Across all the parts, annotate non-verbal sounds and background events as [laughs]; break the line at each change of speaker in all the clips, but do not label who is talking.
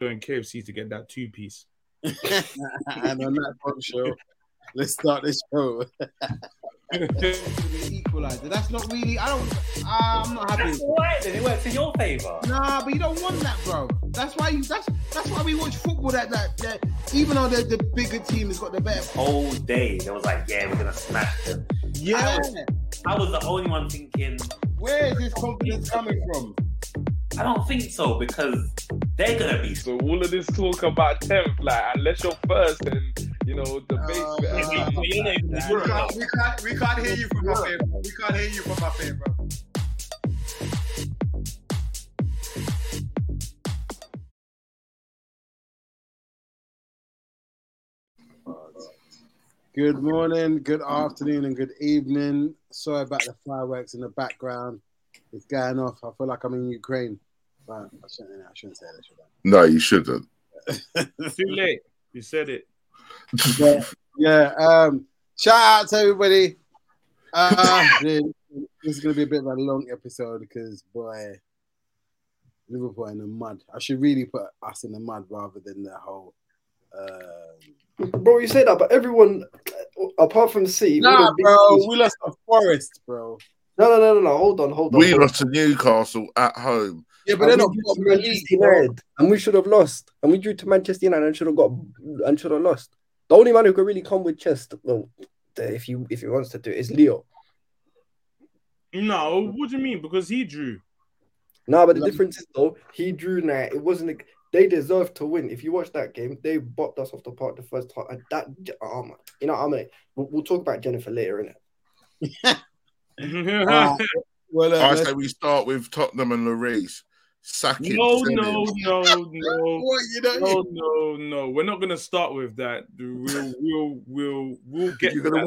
going KFC to get that two piece.
and on that bombshell, let's start this show.
Equalizer. That's not really. I don't. I'm not happy.
That's all right then. It works in your favour.
Nah, but you don't want that, bro. That's why you. That's that's why we watch football. That that, that even though the, the bigger team has got the better.
Whole day, they was like, yeah, we're gonna smash them.
Yeah.
I was the only one thinking,
Where is this confidence coming from?
I don't think so because they're gonna be.
So all of this talk about tenth, like unless you're first, and you know the
Oh,
base.
man. We can't, we can't, we can't hear you from my favorite. We can't hear you from my favorite.
Good morning, good afternoon, and good evening. Sorry about the fireworks in the background. It's going off. I feel like I'm in Ukraine. But I shouldn't, I shouldn't say that. Should I?
No, you shouldn't.
Too late. You said it.
Yeah. Um, shout out to everybody. Uh, [laughs] this is going to be a bit of a long episode because, boy, Liverpool in the mud. I should really put us in the mud rather than the whole. Um,
Bro, you say that, but everyone apart from C, all
nah,
the big
bro.
teams-
We lost a forest, bro.
no, no, no, no, no. Hold on, hold on.
we
hold
lost to Newcastle at home.
Yeah,
on.
but they're
And
not.
we drew to Manchester United, and we should have lost. And we drew to Manchester United and should have got and should have lost. The only man who could really come with chest, well, if you if he wants to do it, is Leo.
No, what do you mean? Because he
[laughs]
drew.
No, but the
Yeah.
difference is though he drew now. It wasn't. A, they deserved to win. If you watch that game, they bopped us off the park the first half. And that, oh man, you know, I'm gonna, we'll, we'll talk about Jennifer later, innit? [laughs]
Oh,
[laughs]
Uh, well, uh,
I
let's-
say we start with Tottenham and Lloris. Sacking.
no, no, no, no.
What, you know,
[laughs] No, no, no. We're not gonna start with that. We'll, we'll, we'll, we'll get.
You're
to
oh,
that.
gonna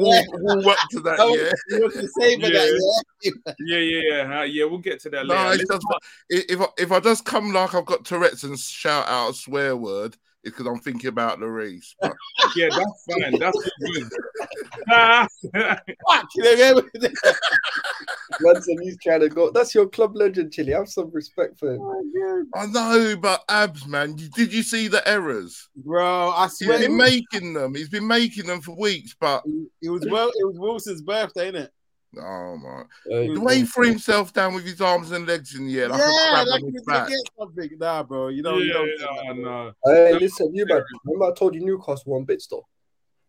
walk, walk up to that,
No,
yeah.
you want to savor that,
Yeah, yeah, yeah, huh? yeah. We'll get to that
No,
later.
it's just, if if I, if I just come like I've got Tourette's and shout out a swear word, it's because I'm thinking about Lloris. But
Yeah, that's fine. That's
[laughs]
good. [laughs] Ah,
yeah? Fuck, you know, [laughs] man.
Manson, he's trying to go. That's your club legend, Chili. Have some respect for him.
I know, but abs, man. You, did you see the errors?
bro. I
He's
swear,
been making them. He's been making them for weeks, but
it was well, it was Wilson's birthday, innit?
oh my!
Uh,
The way he threw himself down with his arms and legs in the air, like a
yeah,
crab
like
on
you
his back.
get something, nah, bro. You know, you
yeah,
don't. get that,
nah,
bro.
nah.
hey, listen, you man. Remember, I told you Newcastle won bits though.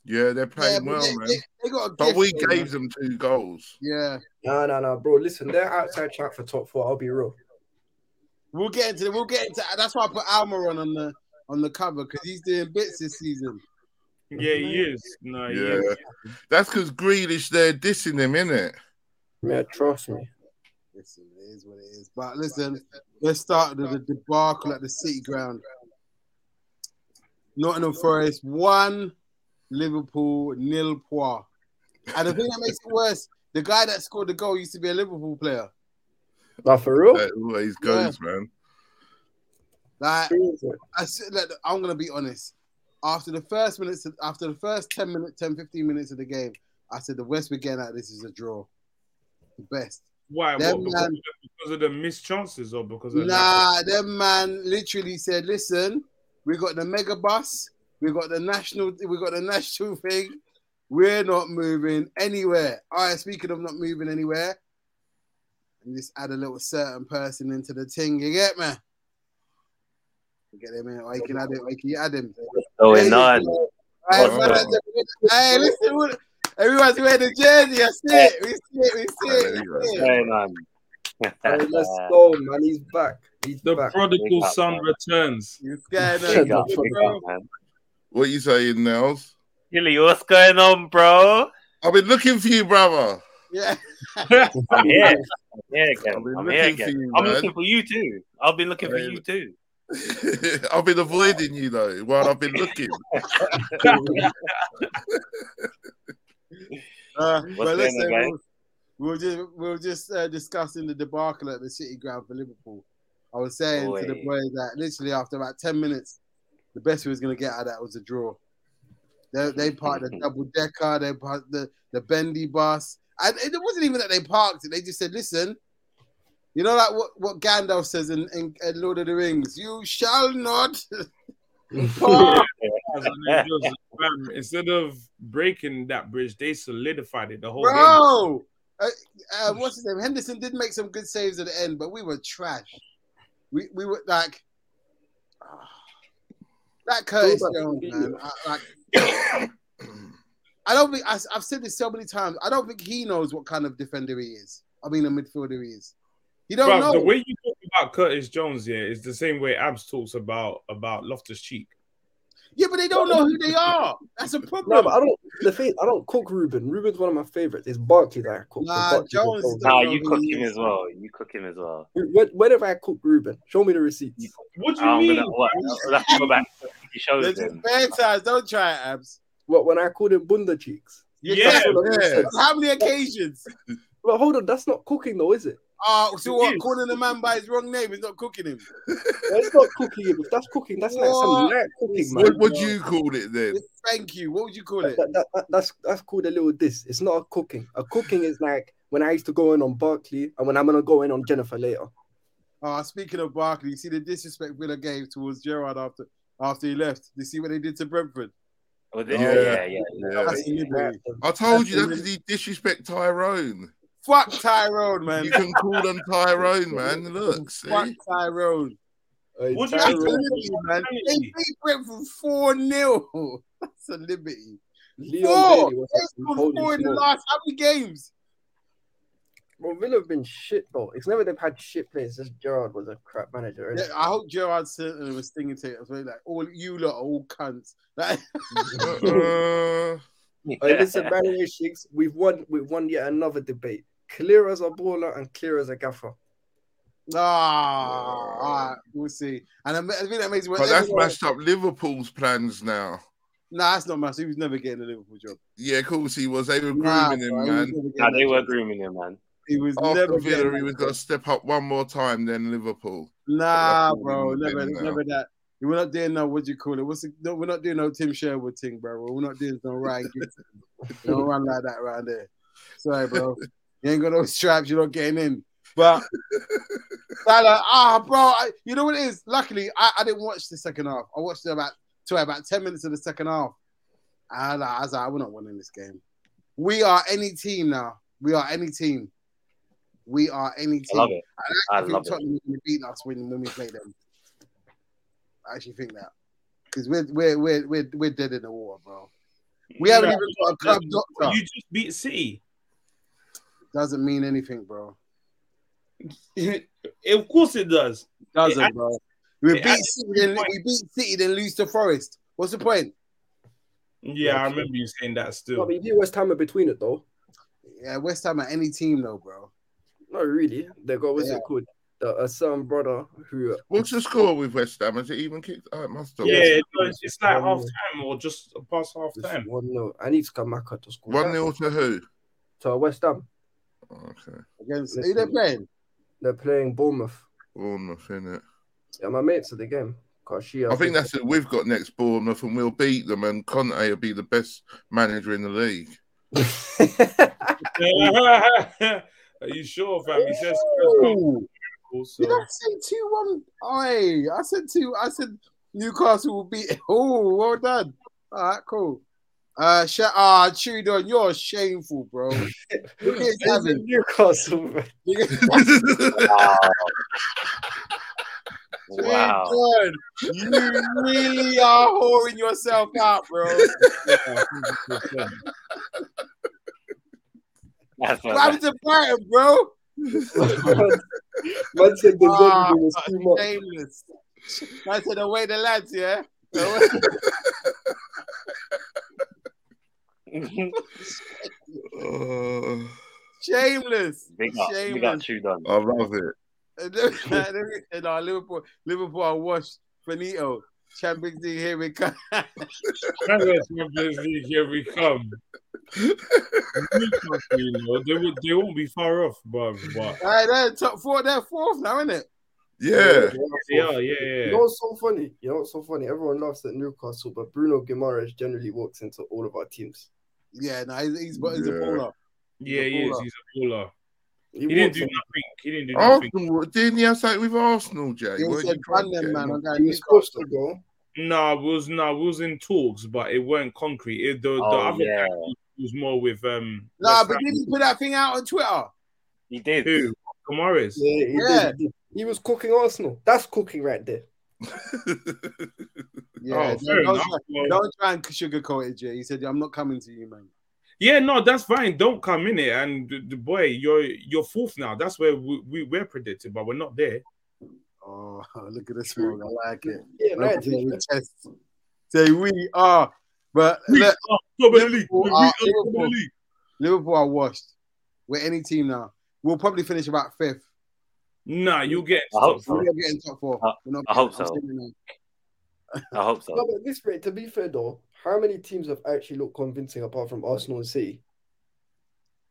Yeah,
Yeah,
they're playing
but
well,
they,
man.
They, they got a
But
gift,
we
though, man.
gave them two goals.
Yeah,
No, no, no, bro. Listen, they're outside chat for top four. I'll be real.
we'll get into. We'll get into. That's why I put Almiron on the on the cover because he's doing bits this season.
Yeah, he is. No, he
Yeah.
is.
That's because Grealish, they're dissing him, innit?
Yeah, trust me.
Listen, it is what it is. But listen, let's start with the debacle at the City Ground. Nottingham Forest one, Liverpool nil. Poir. And the thing that [laughs] makes it worse, the guy that scored the goal used to be a Liverpool player.
Now, for real.
That always goes, man.
Like
Seriously.
I said, look, I'm gonna be honest. After the first minutes, after the first 10 minutes, 10, 15 minutes of the game, I said the West we're getting at this is a draw. The best.
Why?
Them
What, because,
man-
because of the missed chances or because of
Nah, them man literally said, listen, we got the mega bus, we got the national, we got the national [laughs] thing. We're not moving anywhere. All right, speaking of not moving anywhere, and just add a little certain person into the thing. You get me? You get him in, or you can add it, or you can add him.
Going on.
Hey,
Oh.
fellas, hey, listen, what- everyone's wearing the jersey. I see it. We see it. We see it. We see it.
Going on.
Hey,
[laughs]
let's go, man. He's back. He's
the
back.
prodigal
Big up,
son
man.
returns.
It's going
Big
on.
up,
bro.
What you saying, Nels?
Hilly, what's going on, bro?
I've been looking for you, brother. [laughs]
Yeah.
I'm here. I'm here
I've
again.
been
I'm here
looking for
again.
you,
I'm
man.
looking for you too. I've been looking for you too.
I've been avoiding you though while I've
[laughs]
been looking.
Uh,
going
but listen,
on, guys?
we'll, we'll just we'll just uh, discussing the debacle at the City Ground for Liverpool. I was saying to the
Oi.
boys that literally after about ten minutes, the best we was gonna get out of that was a draw. They, they parked
[laughs]
the double decker, they parked the, the bendy bus, and it wasn't even that they parked it. They just said, "Listen, you know, like what, what Gandalf says in, in, in Lord of the Rings, you shall not."
And it just, bam, instead of breaking that bridge, they solidified it the whole game.
Bro, uh, uh, what's his name? Henderson did make some good saves at the end, but we were trash. We we were like [sighs] ah. that Curtis
Talk
Jones,
about the
man. I, like, I don't think I, have said this so many times. I don't think he knows what kind of defender he is. I mean, a midfielder he is. He don't
Bruv,
know.
the way you talk about Curtis Jones here is the same way Abs talks about about Loftus Cheek.
yeah, but they don't know who they are. That's a problem.
No, but I don't. The thing I don't cook Ruben. Ruben's one of my favorites. It's Barkley that I cook.
Nah,
Barkley's a
Jones
goat.
don't
Nah,
know
you
who
cook
he
him
is.
as well. You cook him as well.
When, whenever I cook Ruben, show me the receipts.
What do you
I'm
mean?
gonna what? Let's go back. He
They're
shows
just
him.
fair times. Don't try it, abs.
What when I called him Bunda cheeks?
yeah,
That's what I
yeah.
said.
On How many occasions?
But hold on, that's not cooking though, is it?
Oh, so what?
Yes.
Calling a man by his wrong name is not cooking him.
That's not cooking. If that's cooking, that's like some
What?
light cooking, man.
What would you call it then?
Thank you. What would you call
[laughs]
That,
it?
that, that- that's that's called a little diss. It's not a cooking. A cooking is like when I used to go in on Barkley and when I'm gonna go in on Jennifer later.
Oh, speaking of Barkley, you see the disrespect Villa gave towards Gerard after after he left. You see what they did to Brentford.
Oh, this-
Yeah.
yeah, yeah,
Yeah.
yeah.
That's liberty.
um,
I told you that's because he disrespect Tyrone.
Fuck Tyrone, man.
You can
[laughs]
call them Tyrone, man. Look, see?
Fuck Tyrone.
Uh,
What do you
That's a
mean?
Tyrone,
liberty, man. They beat Brentford four 0 [laughs] That's a liberty.
Leon
Four.
Bailey was
They
like,
scored
holy
four in the
smoke.
last how many games?
Well, Villa have been shit though. It's never they've had shit players. Just Gerard was a crap manager.
Yeah,
innit?
I hope Gerard certainly was stinging to it. I was like, all you lot are all cunts. [laughs] Like, [laughs]
Uh,
Uh, listen, Manuel Shiggs, we've won. We've won yet another debate. Clear as a baller and clear as a gaffer.
ah, all right, we'll see. And I think that makes it worse.
but that's
Everyone-
mashed up Liverpool's plans now.
Nah, that's not massive. He was never getting a Liverpool job.
Yeah, of course he was. They were grooming
Nah,
him,
bro, he was
man.
never getting
Nah, they
that
were
job.
grooming him, man.
He was
After
never
Villa, he
getting
was
that
going to
job.
step up one more time, then Liverpool.
Nah,
That's
bro,
what he was
never,
doing now.
never that. We're not doing no. What you call it? What's the, no, we're not doing no Tim Sherwood thing, bro. We're not doing no Ryan. Giggs. don't run like that around there. Sorry, bro. You ain't got no straps. You're not getting in. But Salah, ah, bro. I, you know what it is? Luckily, I, I didn't watch the second half. I watched about to about ten minutes of the second half. And I was like, we're not winning this game. We are any team now. We are any team. We are any team.
I love it. I
think
love it.
Tottenham are going to beat us when, when we play them. I actually think that because we're we're, we're we're we're dead in the water, bro. We haven't even got a club doctor.
You just beat City.
Doesn't mean anything, bro.
[laughs] of course it does.
Doesn't,
Yeah,
bro. We
yeah,
beat City, then we beat City, then lose to Forest. What's the point?
Yeah, I remember you saying that
No,
still.
but you beat West Ham in between it though.
Yeah, West Ham at any team though, bro.
Not really. They got what's
Yeah.
it called? The a certain brother who uh,
What's the score with West Ham? Has it even kicked? Oh, it must have.
Yeah, no, it's, it's like
One
half
nil.
time or just past half time.
one no. I need Skamaka to score.
1 0 to who?
to West Ham.
Okay.
Against who
Listen.
they playing?
They're playing Bournemouth.
Bournemouth, innit?
Yeah, my mates at the game. Karshia,
I think
[laughs]
that's it. We've got next Bournemouth and we'll beat them, and Conte will be the best manager in
[laughs]
the league.
[laughs] Are you sure, fam? He says
Ooh,
so.
did I say two one? Aye, I said two. I said Newcastle will beat. [laughs] Oh, well done. All right, cool. Uh, sh- ah, Chudon, you're shameful,
[laughs]
bro. Look at
It's
Gavin.
Newcastle. man.
Wow. wow.
Chudon, you really are whoring yourself out,
[laughs]
bro.
That's
What happened to Brighton, bro?
[laughs] man said the
Ah,
volume was too much.
shameless. I said, away the lads, yeah? Away-
[laughs]
Oh,
shameless.
Big up. Big up,
Shameless. [laughs]
Trudon.
I love it.
And then- and our Liverpool, Liverpool are washed. Benito, Champions League, here we come.
Champions League, here we come. Newcastle, you know, they, would, they won't be far off, bruv, but
All right, they're top four, they're fourth now, isn't it?
Yeah.
they are, yeah, yeah.
You know what's so funny? You know what's so funny? Everyone laughs at Newcastle, but Bruno Guimaraes generally walks into all of our teams.
Yeah, no, he's, he's, he's a
Yeah.
baller.
Yeah, he is. He's a baller.
He
He didn't
walks
do
in-
nothing. He didn't do nothing.
Arsenal, didn't he have something with Arsenal, Jay?
He
Weren't
said,
you trying
run
to get
them,
him
man.
on-
I'm going
he was supposed
Newcastle.
to go,
No, we was no, we was in talks, but it weren't concrete. It, the, the
Oh,
other
yeah.
was more with um.
Nah,
West
but
Ham.
did you put that thing out on Twitter?
He did.
who? Kamara's.
Yeah, he, did,
Yeah.
he did. He was cooking Arsenal. That's cooking right there.
[laughs]
Yeah,
oh, fair
don't,
enough. Well,
don't try and sugarcoat it, Jay. He said, "I'm not coming to you, man."
Yeah, no, that's fine. Don't come in it. And the, the boy, you're you're fourth now. That's where we, we we're predicted, but we're not there.
Oh, [laughs] look at this one. I like it.
Yeah,
Look
right.
at the chest. Say we are, but look,
Top of the league.
Liverpool
We- we
are
are top of the
Liverpool.
league.
Liverpool are washed. We're any team now. We'll probably finish about fifth.
Nah, you get.
I hope so.
Oh.
We're not getting top four.
I-
We're not
I hope
getting- I'm
so.
saying that.
I hope
No,
so.
but at this rate, to be fair though, how many teams have actually looked convincing apart from Arsenal and City?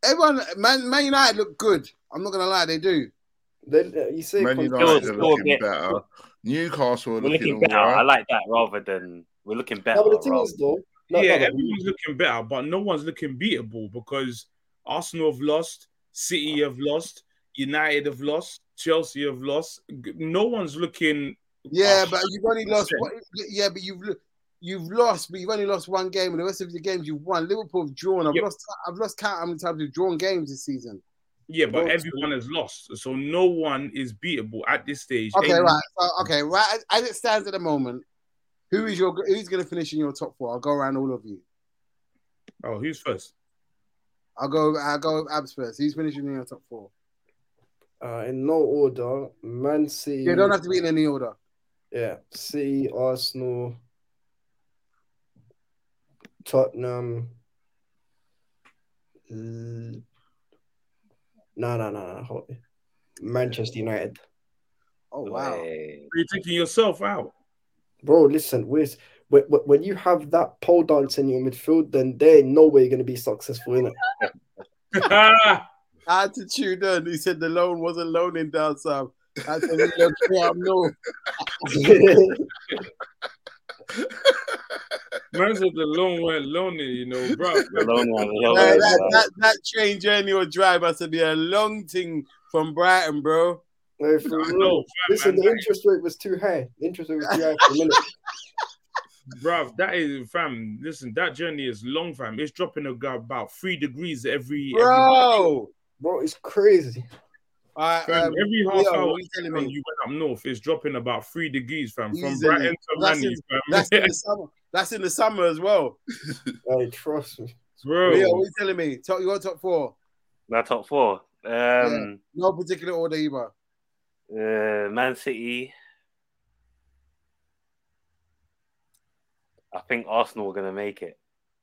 Everyone, Man, Man United look good. I'm not gonna lie, they do.
Then uh, you say
Man
convincing-
United are
still
looking
get-
better. Newcastle are
We're looking
looking,
better. I
alright.
like that rather than we're looking better.
No, but the thing
rather-
is though, no,
yeah,
no, no,
everyone's looking better, but no one's looking beatable because Arsenal have lost, City have lost, United have lost, Chelsea have lost. G- No one's looking.
Yeah,
Oh,
but you've only lost.
shit.
one- Yeah, but you've lo- you've lost, but you've only lost one game, and the rest of the games you've won. Liverpool have drawn. I've
Yep.
lost. I've lost count how many times we've drawn games this season.
Yeah, but
Well,
everyone has lost, so no one is beatable at this stage.
Okay,
Ain't-
right. So, okay, right. As, as it stands at the moment, who is your who's going to finish in your top four? I'll go around all of you.
Oh, who's first?
I'll go. I'll go with Abs first. Who's finishing in your top four?
uh, in no order, Man City.
You don't have to be in any order.
Yeah, City, Arsenal, Tottenham. Mm. No, no, no, no. hold it. Manchester United.
Oh wow.
Hey.
You're taking yourself
[laughs]
out. [laughs]
Bro, listen, with when, when- when you have that pole dance in your midfield, then they ain't no way you're gonna be
[laughs]
successful [laughs] in it.
Attitude done. He said the loan wasn't loaning down south. I said, "We [laughs] don't care, I'm no.
Man said the loan went lonely, you know, bro.
Alone one, alone
Nah,
one,
that,
man.
that, that train journey or drive has to be a long thing from Brighton, bro.
No, for real.
No,
Listen,
man,
the interest rate was too high. The interest rate was too high for a [laughs] minute.
bro, that is fam. Listen, that journey is long, fam. It's dropping about three degrees every every,
Bro.
Bro, it's crazy.
All right,
fam,
um,
every half
Leo,
hour.
what are you telling
when
me?
you went up north, it's dropping about three degrees, fam. From
Easily.
Brighton to
That's
Manny,
it.
fam.
That's in the summer. That's in the summer as well.
Like, trust me.
[laughs] bro.
Leo, what are you telling me? Top, you want top four?
My top four. Um,
No particular order either.
uh, Man City. I think Arsenal are going to make it.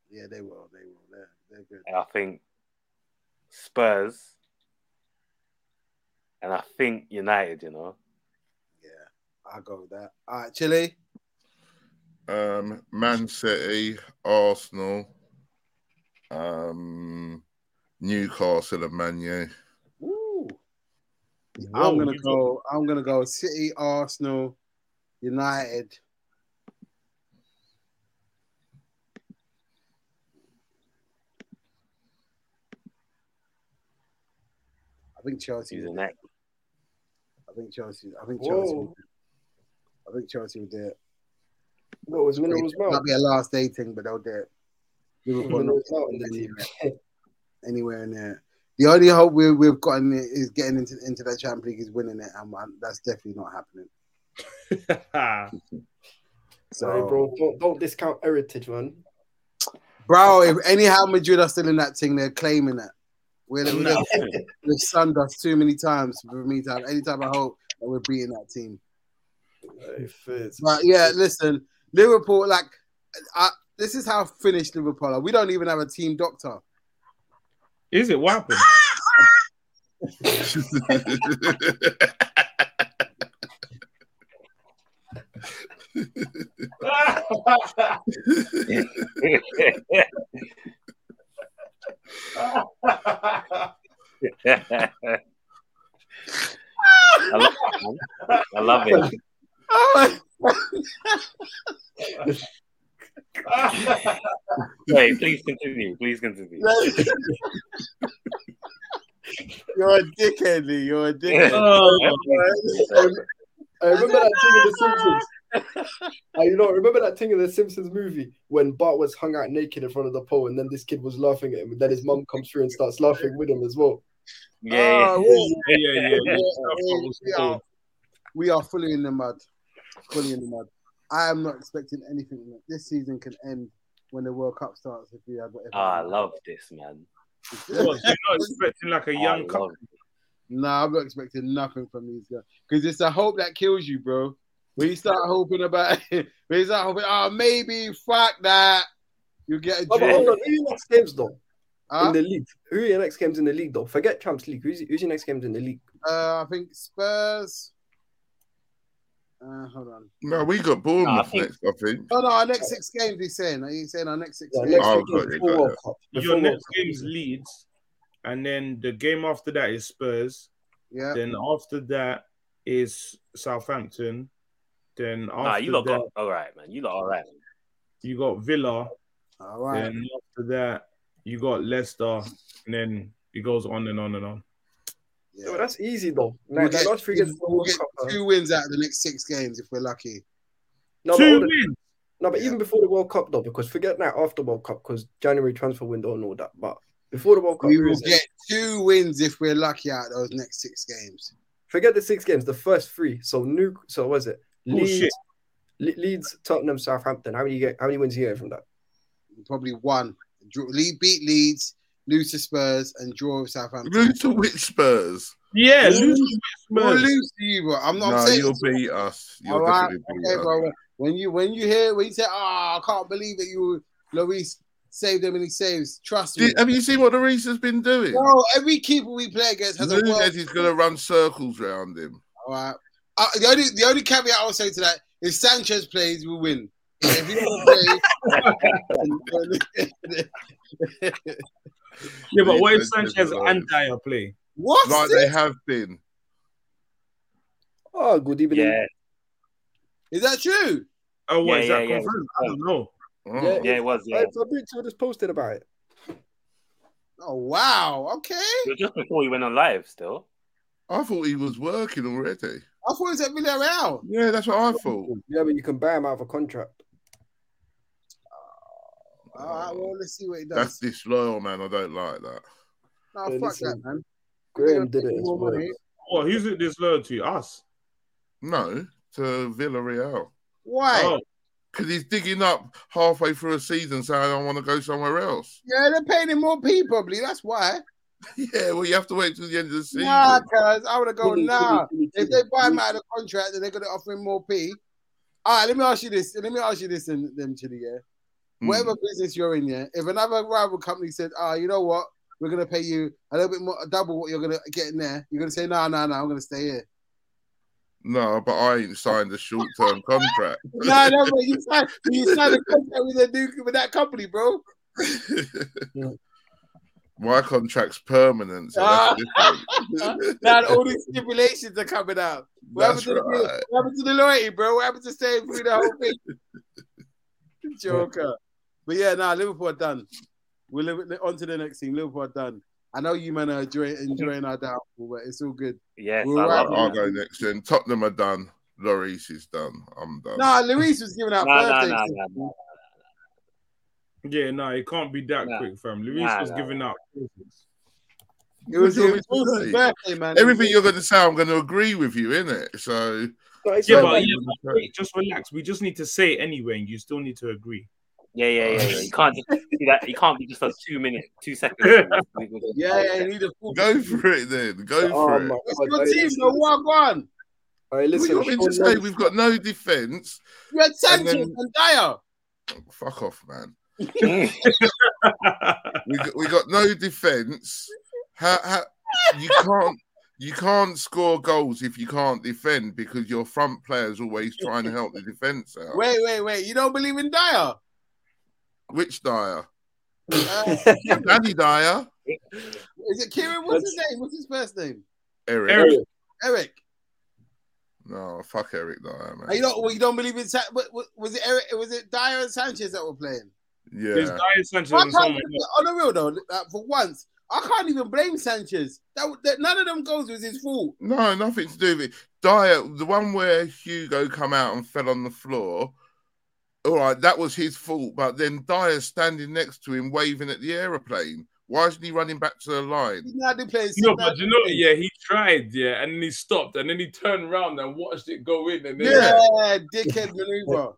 Yeah, they will. They will. They're, they're good.
And I think Spurs. And I think United, you know.
Yeah, I'll go with that. All right, Chile.
Um, Man City, Arsenal, um, Newcastle, and Man U.
I'm
[laughs]
Whoa,
gonna
you
go. I'm gonna go. City, Arsenal, United. I think Chelsea.
United.
I think Chelsea. I think Chelsea.
Whoa.
I think Chelsea will do it.
What was Minerals
That'll
Mount?
be a last day thing, but they'll do it. Liverpool not
Minerals Mount in the team.
[laughs] anywhere in there. The only hope we, we've gotten is getting into into the Champions League is winning it, and man, that's definitely not happening. So,
Sorry, bro. Don't, don't discount heritage, man.
Bro, if anyhow Madrid are still in that thing, they're claiming that. We're, we're [laughs]
Nah,
they've sunned us too many times for me to have any type of hope that we're beating that team.
If it's-
But yeah, listen, Liverpool, like, I, this is how finished Liverpool are. We don't even have a team doctor.
[laughs] is it what happened?
I love it. man. I love it. Wait, please continue. Please continue.
[laughs] You're a [laughs] dickhead, Lee. You're a dickhead.
Oh.
I remember that thing in The Simpsons. [laughs] Uh, you know, remember that thing in the Simpsons movie when Bart was hung out naked in front of the pole, and then this kid was laughing at him, and then his mum comes through and starts laughing with him as well.
oh,
Yeah.
Yeah, yeah, yeah.
Yeah, yeah,
was
we,
cool.
are, we are fully in the mud. Fully in the mud. I am not expecting anything. This season can end when the World Cup starts. If we have whatever.
Oh, I love this, man.
Of course, you're not expecting like a
Oh,
young
[laughs] I
couple.
love it.
[laughs] Nah, I'm not expecting nothing from these guys because it's the hope that kills you, bro. When you start hoping about, [laughs] when you start hoping, oh maybe fuck that, you get a
Oh, [laughs] but
draw.
hold on, who are your next games though
Huh?
in the league? Who are your next games in the league though? Forget Champs League. Who's, who's your next games in the league?
Uh, I think Spurs. Uh, hold on.
No, we got
Nah, I
Bournemouth
think-
next, I think.
Oh no, our next six games. He's saying. He's saying our next six
Yeah,
games.
next
Oh,
week is
got it,
before
got
World
it.
Cup. Before
Your
World
next
Cup.
game is Leeds, and then the game after that is Spurs.
Yeah.
Then after that is Southampton. Then after
Nah, Ah, you lot
that,
got all right, man. You lot all right.
you got Villa.
All right.
Then after that, you got Leicester, and then it goes on and on and on.
Yeah.
Yo, that's easy though.
We'll
Like,
get-
the last three games before
we'll
World
get
Cup. uh,
two wins out of the next six games if we're lucky.
No, but
Two
hold on.
wins.
No, but even before the World Cup though, because forget now after World Cup, because January transfer window and all that. But before the World Cup,
We
who
will
is it?
get two wins if we're lucky out of those next six games.
forget the six games, the first three. So new. So was it
Oh,
Leeds,
shit.
Le- Leeds, Tottenham, Southampton? How many get? How many wins you get from that?
Probably one. Draw, lead, beat Leeds, lose to Spurs, and draw with Southampton.
Lose to which Spurs?
Yeah,
We'll
lose
lose-
to
We'll
Spurs.
lose to you, bro. I'm not
no,
saying.
you'll beat us. You'll
All right,
definitely beat
Okay,
us.
bro. When you when you hear when you say, "Ah, I can't believe that you Lloris saved them and he saves." Trust me.
Did- have you seen what Lloris has been doing?
Bro, every keeper we play against has a world.
Nunez is going to run circles round him.
All right. Uh, the only the only caveat I'll say to that is Sanchez plays, we win. If he doesn't play, [laughs]
Yeah, but what if
Leeds are
Sanchez
different.
and Dyer play?
what?
Like they have been.
Oh, good evening.
Yeah,
Is that true?
Oh, what
Yeah,
is
yeah,
that
yeah.
confirmed? I don't know.
Oh.
Yeah.
yeah, it was. Yeah,
Hey, Fabrizio just posted about it.
Oh wow. Okay.
it was just before we went on live. Still,
I thought he was working already.
I thought it was at Villarreal.
Yeah, that's what I thought.
Yeah, but you can buy him out of a contract.
All right. Well, let's see what he
That's
does.
disloyal, man. I don't like that.
No,
Yeah,
fuck
listen.
that, man.
Graham did it as
More
well.
money.
Well, who's it disloyal to? Us.
No, to Villarreal.
Why?
Oh,
Because he's digging up halfway through a season saying, I want to go somewhere else. [laughs]
Yeah, they're paying him more P probably. That's why.
Yeah, well, you have to wait till the end of the season.
Nah, cuz I would have gone
Chilly,
nah.
chilly, chilly,
If they buy him
chilly.
out of the contract, then they're gonna offer him more P. All right, let me ask you this. Let me ask you this, in them to the yeah.
Hmm.
whatever business you're in, yeah, if another rival company said, "Ah, you know what? We're gonna pay you a little bit more, double what you're gonna get in there," you're gonna say, "No, no, no, I'm gonna stay [laughs] here."
No, but I ain't signed a short term contract.
[laughs]
[laughs]
no, no, but you signed you signed a contract with a new with that company, bro.
My contract's permanent. So
Ah. [laughs]
that's different.
Now all these stipulations are coming out. What happened,
that's
to the,
right.
what happened to the loyalty, bro? What happened to staying through the whole thing? [laughs] Joker. But yeah, now nah, Liverpool are done. We're li- on to the next team. Liverpool are done. I know you men are enjoying, enjoying our downfall, but it's all good.
yes,
We're
I
right
love
I'll
it.
go next then. Tottenham are done. Lloris is done. I'm done.
Nah, Luis was giving
Nah,
out
nah,
birthday.
nah,
gifts.
nah, nah.
yeah, no, it can't be that
Nah.
quick, fam. Luis
Nah,
was
nah,
giving out.
It was,
What
it
do you
was
want me to
Wilson's
say?
birthday, man.
Everything you're going to say, I'm going to agree with you in it. So
No, it's
Yeah,
fine,
but
man.
yeah, but wait, just relax. We just need to say it anyway, and you still need to agree.
Yeah, yeah, yeah, yeah. You can't just do that. You can't be just a two minute, two
[laughs]
seconds.
Yeah, yeah, you need a full.
go for it then. Go
Oh,
for
my
it.
God.
It's your
Hey,
team,
listen.
the one one.
All
What
right,
do
listen.
you want me to
Oh,
Sean
say?
Lloyd-
We've got no defence.
You had
And
Sanchez
then-
and Dyer.
Fuck off, man.
yeah.
We got, we got no defence. How, how, you can't you can't score goals if you can't defend because your front players always trying to help the defence out.
Wait, wait, wait. You don't believe in Dyer?
Which Dyer?
Uh,
[laughs] Danny Dyer.
is it Kieran? What's his name? What's his first name?
Eric.
Eric,
Eric.
No, fuck Eric Dyer, man.
Oh, you don't. well, You don't believe in? Sa- what- what- Was it Eric? Was it Dyer and Sanchez that were playing?
there's
Yeah.
Dyer Sanchez
Why
and
can't
someone
you- On the real though, like, for once, I can't even blame Sanchez. That, that none of them goals was his fault.
No, nothing to do with it. Dyer, the one where Hugo come out and fell on the floor. All right, that was his fault. But then Dyer standing next to him, waving at the aeroplane. Why isn't he running back to the line?
He's not the place.
No, but you know, yeah, he tried, yeah, and then he stopped, and then he turned around and watched it go in, and then
yeah, dickhead
[laughs]
maneuver.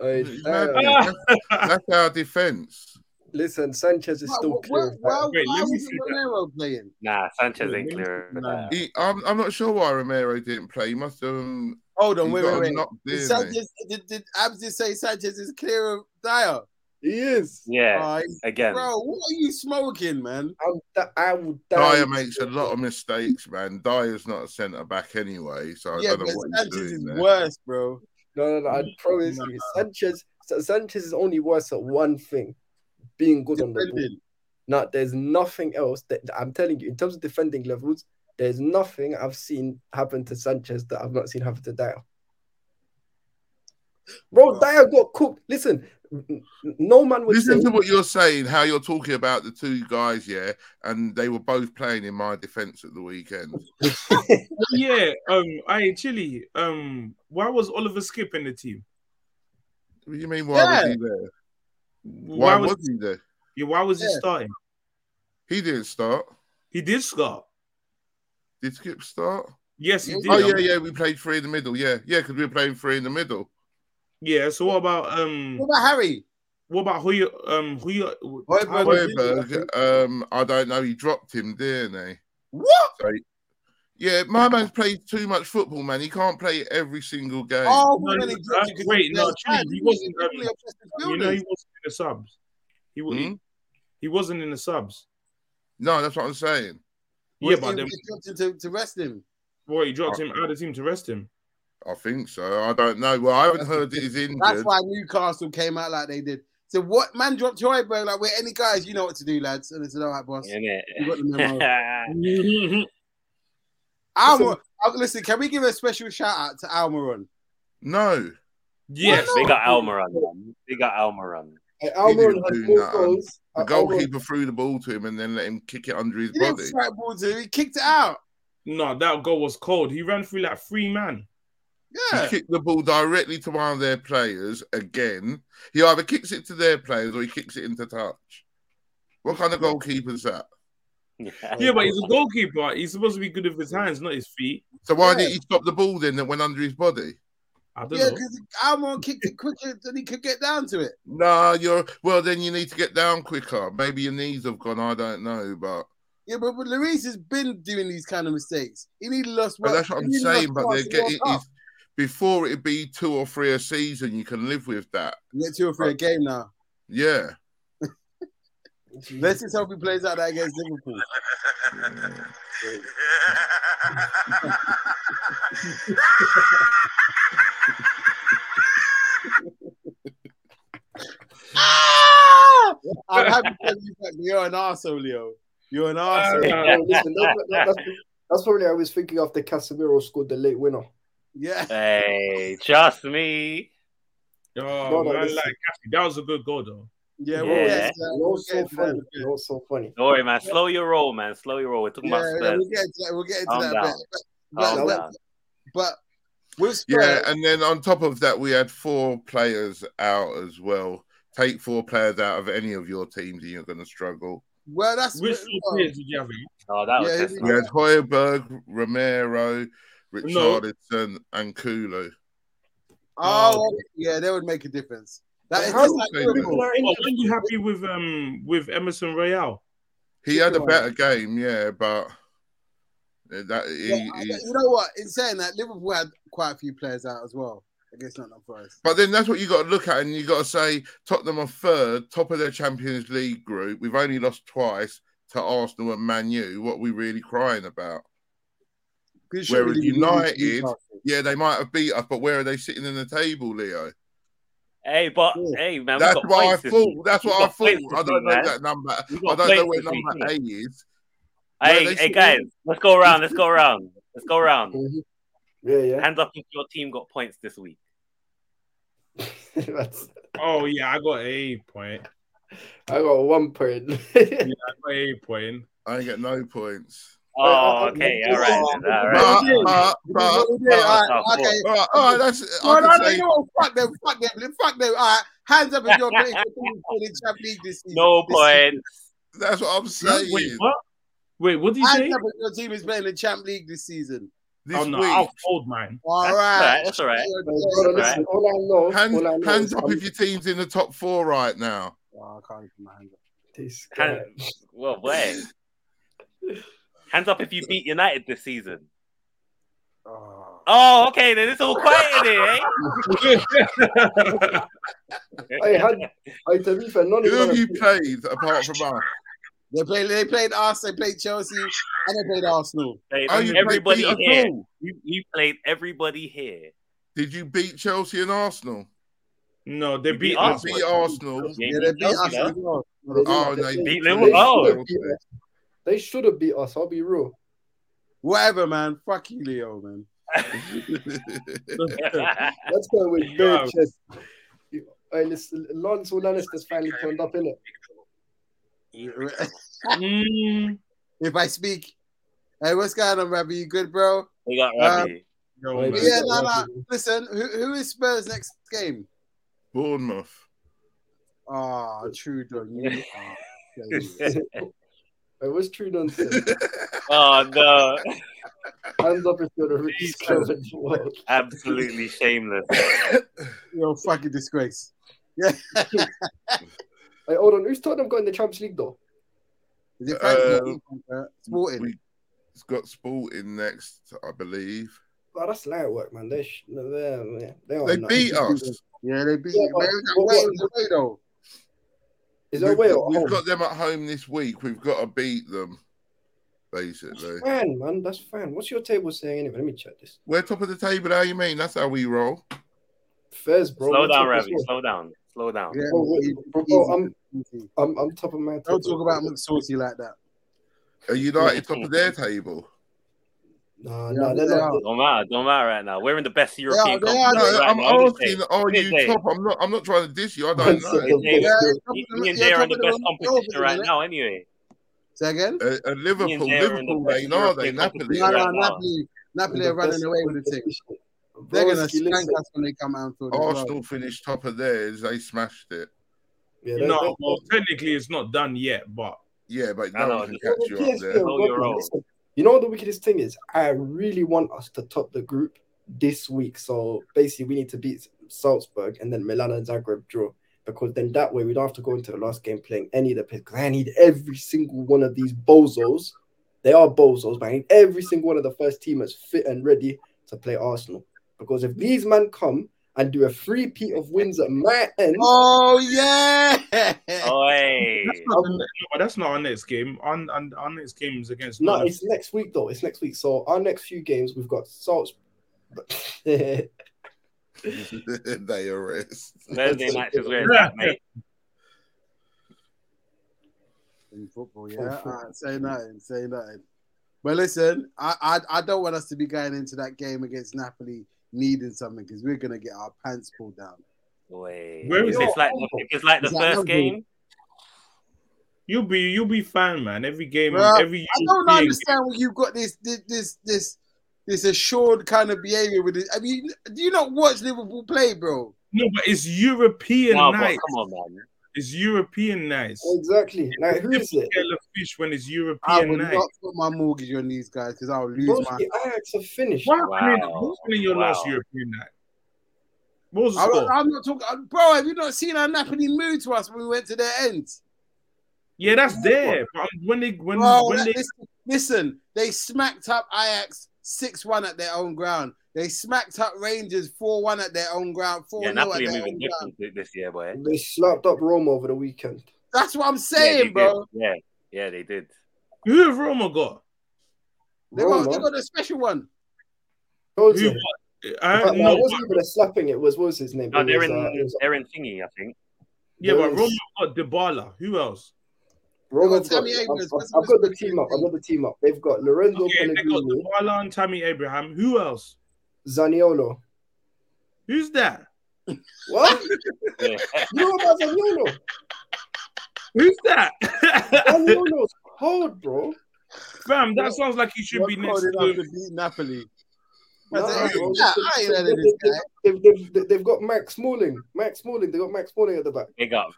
It's
Uh,
mad,
uh,
man. that's, that's our defense.
listen, Sanchez is
Why,
still
why,
clear.
why,
Wait,
why
let me
was
see
Romero playing?
[laughs] Nah, Sanchez ain't clear. of that.
He, I'm, I'm not sure why Romero didn't play. He must have. Um,
Hold
he
on, wait,
got
wait, wait.
knocked in,
Did
eh?
Sanchez, did, did Abs just say Sanchez is clear of Dyer?
He is.
Yeah,
Oh,
again.
bro, what are you smoking, man?
I'm, di- I will die.
Dyer makes a lot of mistakes, man. Dyer's not a centre back anyway, so I
yeah,
don't
but
know what he's
Sanchez
doing
is
there.
worse, bro.
No, no, no. I promise you, Sanchez. Sa- Sanchez is only worse at one thing: being good on the ball.
Defending.
Now, there's nothing else that I'm telling you in terms of defending levels. There's nothing I've seen happen to Sanchez that I've not seen happen to Dyer. Bro, Dyer got cooked. Listen, n- n- no man would
Listen
say
to what you're saying, how you're talking about the two guys, yeah, and they were both playing in my defence at the weekend.
[laughs] yeah. Um, I Chile. Um, why was Oliver Skip in the team?
What do you mean? Why was he
Mm,
there?
Why,
Why,
was,
was, he there?
yeah, why was he
Yeah.
starting?
He didn't start.
He did start.
Did Skip start?
Yes, he did.
Oh yeah, yeah. We played three in the middle. Yeah, yeah, because we were playing three in the middle.
Yeah, So what about um,
What about Harry?
what about who you um who you?
Hoiberg.
Hoiberg.
Hoiberg, um, I don't know. He dropped him, didn't he?
What?
Yeah, my man's played too much football, man. He can't play every single game.
Oh,
No,
we're gonna
no,
drop you 'cause
wait,
he's
no,
best
Chile,
man.
he wasn't,
He's really
um,
a best
You know
midfielder.
he wasn't in the subs. He wa-
Hmm?
he, he wasn't in the subs.
No, that's what I'm saying.
Yeah,
He
but then
was dropped in to, to rest him.
boy, he dropped him out of the team to rest him.
I think so. I don't know. Well, I haven't heard that he's
That's
injured.
why Newcastle came out like they did. So what man dropped Hoiberg like we're any guys, you know what to do, lads. And it's all right, boss.
Innit?
[laughs]
You got the memo.
[laughs]
[laughs]
yeah,
Almor, uh, listen, can we give a special shout out to Almiron?
No,
They got Almiron. man. They got Almiron.
Hey, Almiron
didn't
had
do
four
nothing.
goals.
the
Uh, Almiron-
oh.
goalkeeper threw the ball to him and then let him kick it under his
He didn't
body.
strike ball to him, he kicked it out.
no, that goal was cold. He ran through like three man.
He
[laughs]
Yeah.
kicked the ball directly to one of their players again. He either kicks it to their players or he kicks it into touch. What kind of goalkeeper's that?
Oh
Yeah, but he's a goalkeeper. He's supposed to be good with his hands, not his feet.
So why
Yeah.
didn't he stop the ball then that went under his body?
I don't
Yeah,
know.
because Almiron kicked it quicker than he could get down to it.
Nah, you're well. Then you need to get down quicker. Maybe your knees have gone. I don't know, but,
Yeah, but, but Lloris has been doing these kind of mistakes. He needed lost
but
work.
that's what I'm
he nearly
saying.
lost
But
twice
they're
in the World
getting
Cup.
it's- before it'd be two or three a season. You can live with that.
We get two or three a game now.
Yeah.
Let's just hope he plays out that against
[laughs]
Liverpool. Ah! I'm happy to tell you that you're an arsehole, Leo. You're an arsehole.
Uh,
Oh, listen, that- that- that's, that's probably I was thinking after Casemiro scored the late winner.
Yeah.
[laughs] Hey, trust me.
oh,
no,
man,
listen.
like Kathy, that was a good goal though.
Yeah,
Yeah.
we'll get to that.
You're
We'll
so
get to that in
funny.
a bit.
You're so funny.
Don't worry, man. Slow your roll, man. Slow your roll. We're talking
Yeah,
about
yeah,
Spurs.
we'll get to, we'll get to
Calm
that.
down.
Bit. But,
Calm
but,
down.
but with Spurs,
Yeah, and then on top of that, we had four players out as well. Take four players out of any of your teams, and you're going to struggle.
well, that's
Which
well,
four players did you have? eh? in?
Oh, that was
Yeah,
just
he-
We had Hoiberg, Romero,
No.
Richardson, and Kulu.
Oh, yeah, that would make a difference. That is
How
just like
do you think
Liverpool.
Oh, were you happy with um with Emerson Royale?
He had a better game, yeah, but eh, that he,
Yeah, I-
he-
you know what? In saying that, Liverpool had quite a few players out as well against Nottingham Forest.
But then that's what you got to look at, and you got to say Tottenham are third, top of their Champions League group. We've only lost twice to Arsenal and Man U. What are we really crying about?
Whereas
Whereas United- Yeah, they might have beat us, but where are they sitting in the table, Leo?
Hey, but
Yeah.
hey, man.
That's
we got
what I
points this week.
thought. That's
We
what I
got
thought.
points
I
this
don't
week,
know
man.
that number.
We got
I don't know
points
where
this week,
number
innit?
eight is. No,
Hey,
they
hey,
should-
guys. Let's go around. Let's
[laughs]
go around. Let's go around.
Mhm. Yeah, yeah.
Hands up if your team got points this week.
[laughs] That's-
Oh yeah, I got a point.
I got one point. [laughs]
I got a point.
I ain't get no points.
Oh, okay, all right, then, all right.
But, but, but,
Yeah, all right,
but-
okay.
all right, all right, that's.
No,
I
no,
can
no,
say,
no, fuck them, fuck them, fuck them. All right, hands up if you're British for the Champions League this season.
No
This season.
point.
that's what I'm saying.
Wait, what? Wait, what do you say?
Hands up if your team is playing the Champions League this season.
This
Oh no,
week,
I'll fold mine.
All
That's
right.
alright, that's all right.
Hold on, listen, all I know,
hand,
all I know
hands
is
up
I'm-
if your team's in the top four right now.
Oh, I can't keep my hands up.
This guy.
Hand, well, wait. Hands up if you beat United this season.
Oh.
Oh, okay, then it's all quiet in here.
[laughs]
Eh?
I
[laughs]
had, I to be fair, none
Who
of
have you
you.
played apart from us?
They played. They played us. They played Chelsea, and they played Arsenal.
Like,
Oh, you played
everybody
Peter
here.
Cole.
You, you played everybody here.
Did you beat Chelsea and Arsenal?
[laughs] No, they
You
beat
beat
You
us.
Arsenal.
beat
[laughs] You
Arsenal.
Yeah,
ain't
they beat
beat
us.
Chelsea,
as
though.
well.
Oh, no,
they,
you
beat
they
Liverpool.
should
Oh.
have beat us. They should have beat us. I'll be real.
Whatever, man. Fuck you, Leo, man.
[laughs]
That's going with bare
Yeah.
chest. Hey, listen, Lawrence Lannister's finally turned up in it.
[laughs]
Mm,
If I speak, hey, what's going on, Rabbi? You good, bro?
They
Uh,
got Robbie.
no,
Wait,
man.
yeah, no, no. Listen, who, who is Spurs next game?
Bournemouth.
Oh, true, Don. You are
[laughs]
crazy.
[laughs] It was true nonsense.
oh no!
Hands up if you're the richest club in the world.
Absolutely
[laughs]
shameless.
You're a fucking disgrace.
Hey, hold on, who's Tottenham got in the Champions League though?
Is it
Um,
Frank? Uh, Sporting.
We, it's got Sporting next, I believe.
Oh, that's light work, man. They sh- no, they're, yeah, they are
They
nuts.
beat us.
yeah, they beat.
Yeah,
Yeah,
but-
away, away though.
Is there a
We've,
way at
got,
home?
we've got them at home this week. We've got to beat them, basically.
Fine, man. That's fine. What's your table saying anyway? Let me check this.
We're top of the table. How you mean? That's how we roll.
Fairs, bro.
Slow
What's
down,
up with
Ravi.
you?
Slow down. Slow down.
Yeah,
Bro, what-
easy,
bro,
easy,
I'm,
easy.
I'm, I'm top of my table.
Don't talk about McSaucy like that.
Are United top of their table?
Nah,
Yeah,
nah, they're
they
not.
are.
Don't matter. Don't matter right now. We're in the best European
they are-
competition
No,
right
I'm
now. I'm just
asking,
saying,
are
What is
you
it?
top? I'm not. I'm not trying to diss you. I don't know.
Yeah,
Yeah,
Me me and they are in the best competition right now, anyway.
Say again?
Uh, uh,
Me
Liverpool,
and Jay are in the
Liverpool,
best
they are they
European
Napoli.
No, no,
right now.
Napoli, Napoli are running away with the thing. They're
Broski,
gonna spank
listen.
us when they come out for
Arsenal finished top of theirs. They smashed it.
Yeah, they-
no,
they-
well, technically it's not done yet, but
Yeah, but
I
no
know,
one can
just-
catch you up
Yes,
there.
yeah,
Know your
but
role.
listen, You know what the wickedest thing is? I really want us to top the group this week. So basically, we need to beat Salzburg and then Milan and Zagreb draw because then that way we don't have to go into the last game playing any of the players. Because I need every single one of these bozos. They are bozos, but I need every single one of the first teamers fit and ready to play Arsenal. Because if these men come and do a three peat of wins at my end,
Oh yeah! [laughs]
Oh, Oi.
that's not, the- but that's not our next game. Our, our, our next game is against.
No,
Norwich.
it's next week though. It's next week. So our next few games, we've got Salzburg. Thursday
[laughs]
[laughs] they arrest.
Thursday night is where it's at, mate.
In football, yeah. All right, say nothing, say nothing. But listen, I, I I don't want us to be going into that game against Napoli needing something because we're gonna get our pants pulled down.
Oi.
Where
If
is
it's like if it's like the
Is that
first
lovely?
game,
You'll be you'll be fine, man. Every game,
Well,
every
I don't
European
understand where you've got this this this this, this assured kind of behavior with it. I mean, do you not watch Liverpool play, bro?
No, but it's European
no, but
night.
come on, man.
It's European night.
Exactly. Now Oh, who is it?
Get a fish when it's
I
European
will
night.
not put my mortgage on these guys because I'll lose
Both
my.
the Ajax have finished.
What happened, in,
Wow.
what happened in your
Wow.
last European night? What was the
I'm
score?
not, I'm not talking, bro. Have you not seen our Napoli move to us when we went to their end?
yeah, that's there. But I'm- when they when
Bro,
when
that-
they
listen, listen, they smacked up Ajax six one at their own ground. They smacked up Rangers four one at their own ground. Four
Yeah,
nil at
Napoli are
their
moving
own ground.
different this year, boy.
They slapped up Rome over the weekend.
That's what I'm
Yeah, they
saying,
did.
bro.
Yeah, yeah, they did.
who have Roma got?
They
Roma?
got, they got a special one.
Told
Who
you.
got?
In
I,
fact,
no,
Uh, it wasn't even a slapping. It was what was his name?
No,
It
they're
was, uh, it
in
was-
they're in thingy, I think.
yeah,
it
but
was-
Roma got Dybala. Who else?
Roma
Tell me,
got-
Abrams,
I've,
what's-
I've- I've got the team up. I've got the team up. They've got Lorenzo
Okay, they got
Pellegrini,
Dybala and Tammy Abraham. Who else?
Zaniolo.
Who's that?
What?
[laughs]
Yeah.
you know about Zaniolo?
Who's that?
Zaniolo's cold, bro.
Fam, that sounds like he should be next
Called
to
it up to
the
beat Napoli.
No,
I said,
no,
yeah, I ain't letting this guy.
They've, they've, they've, they've got Max Smalling. Max Smalling. They got Max Smalling at the back.
Big up,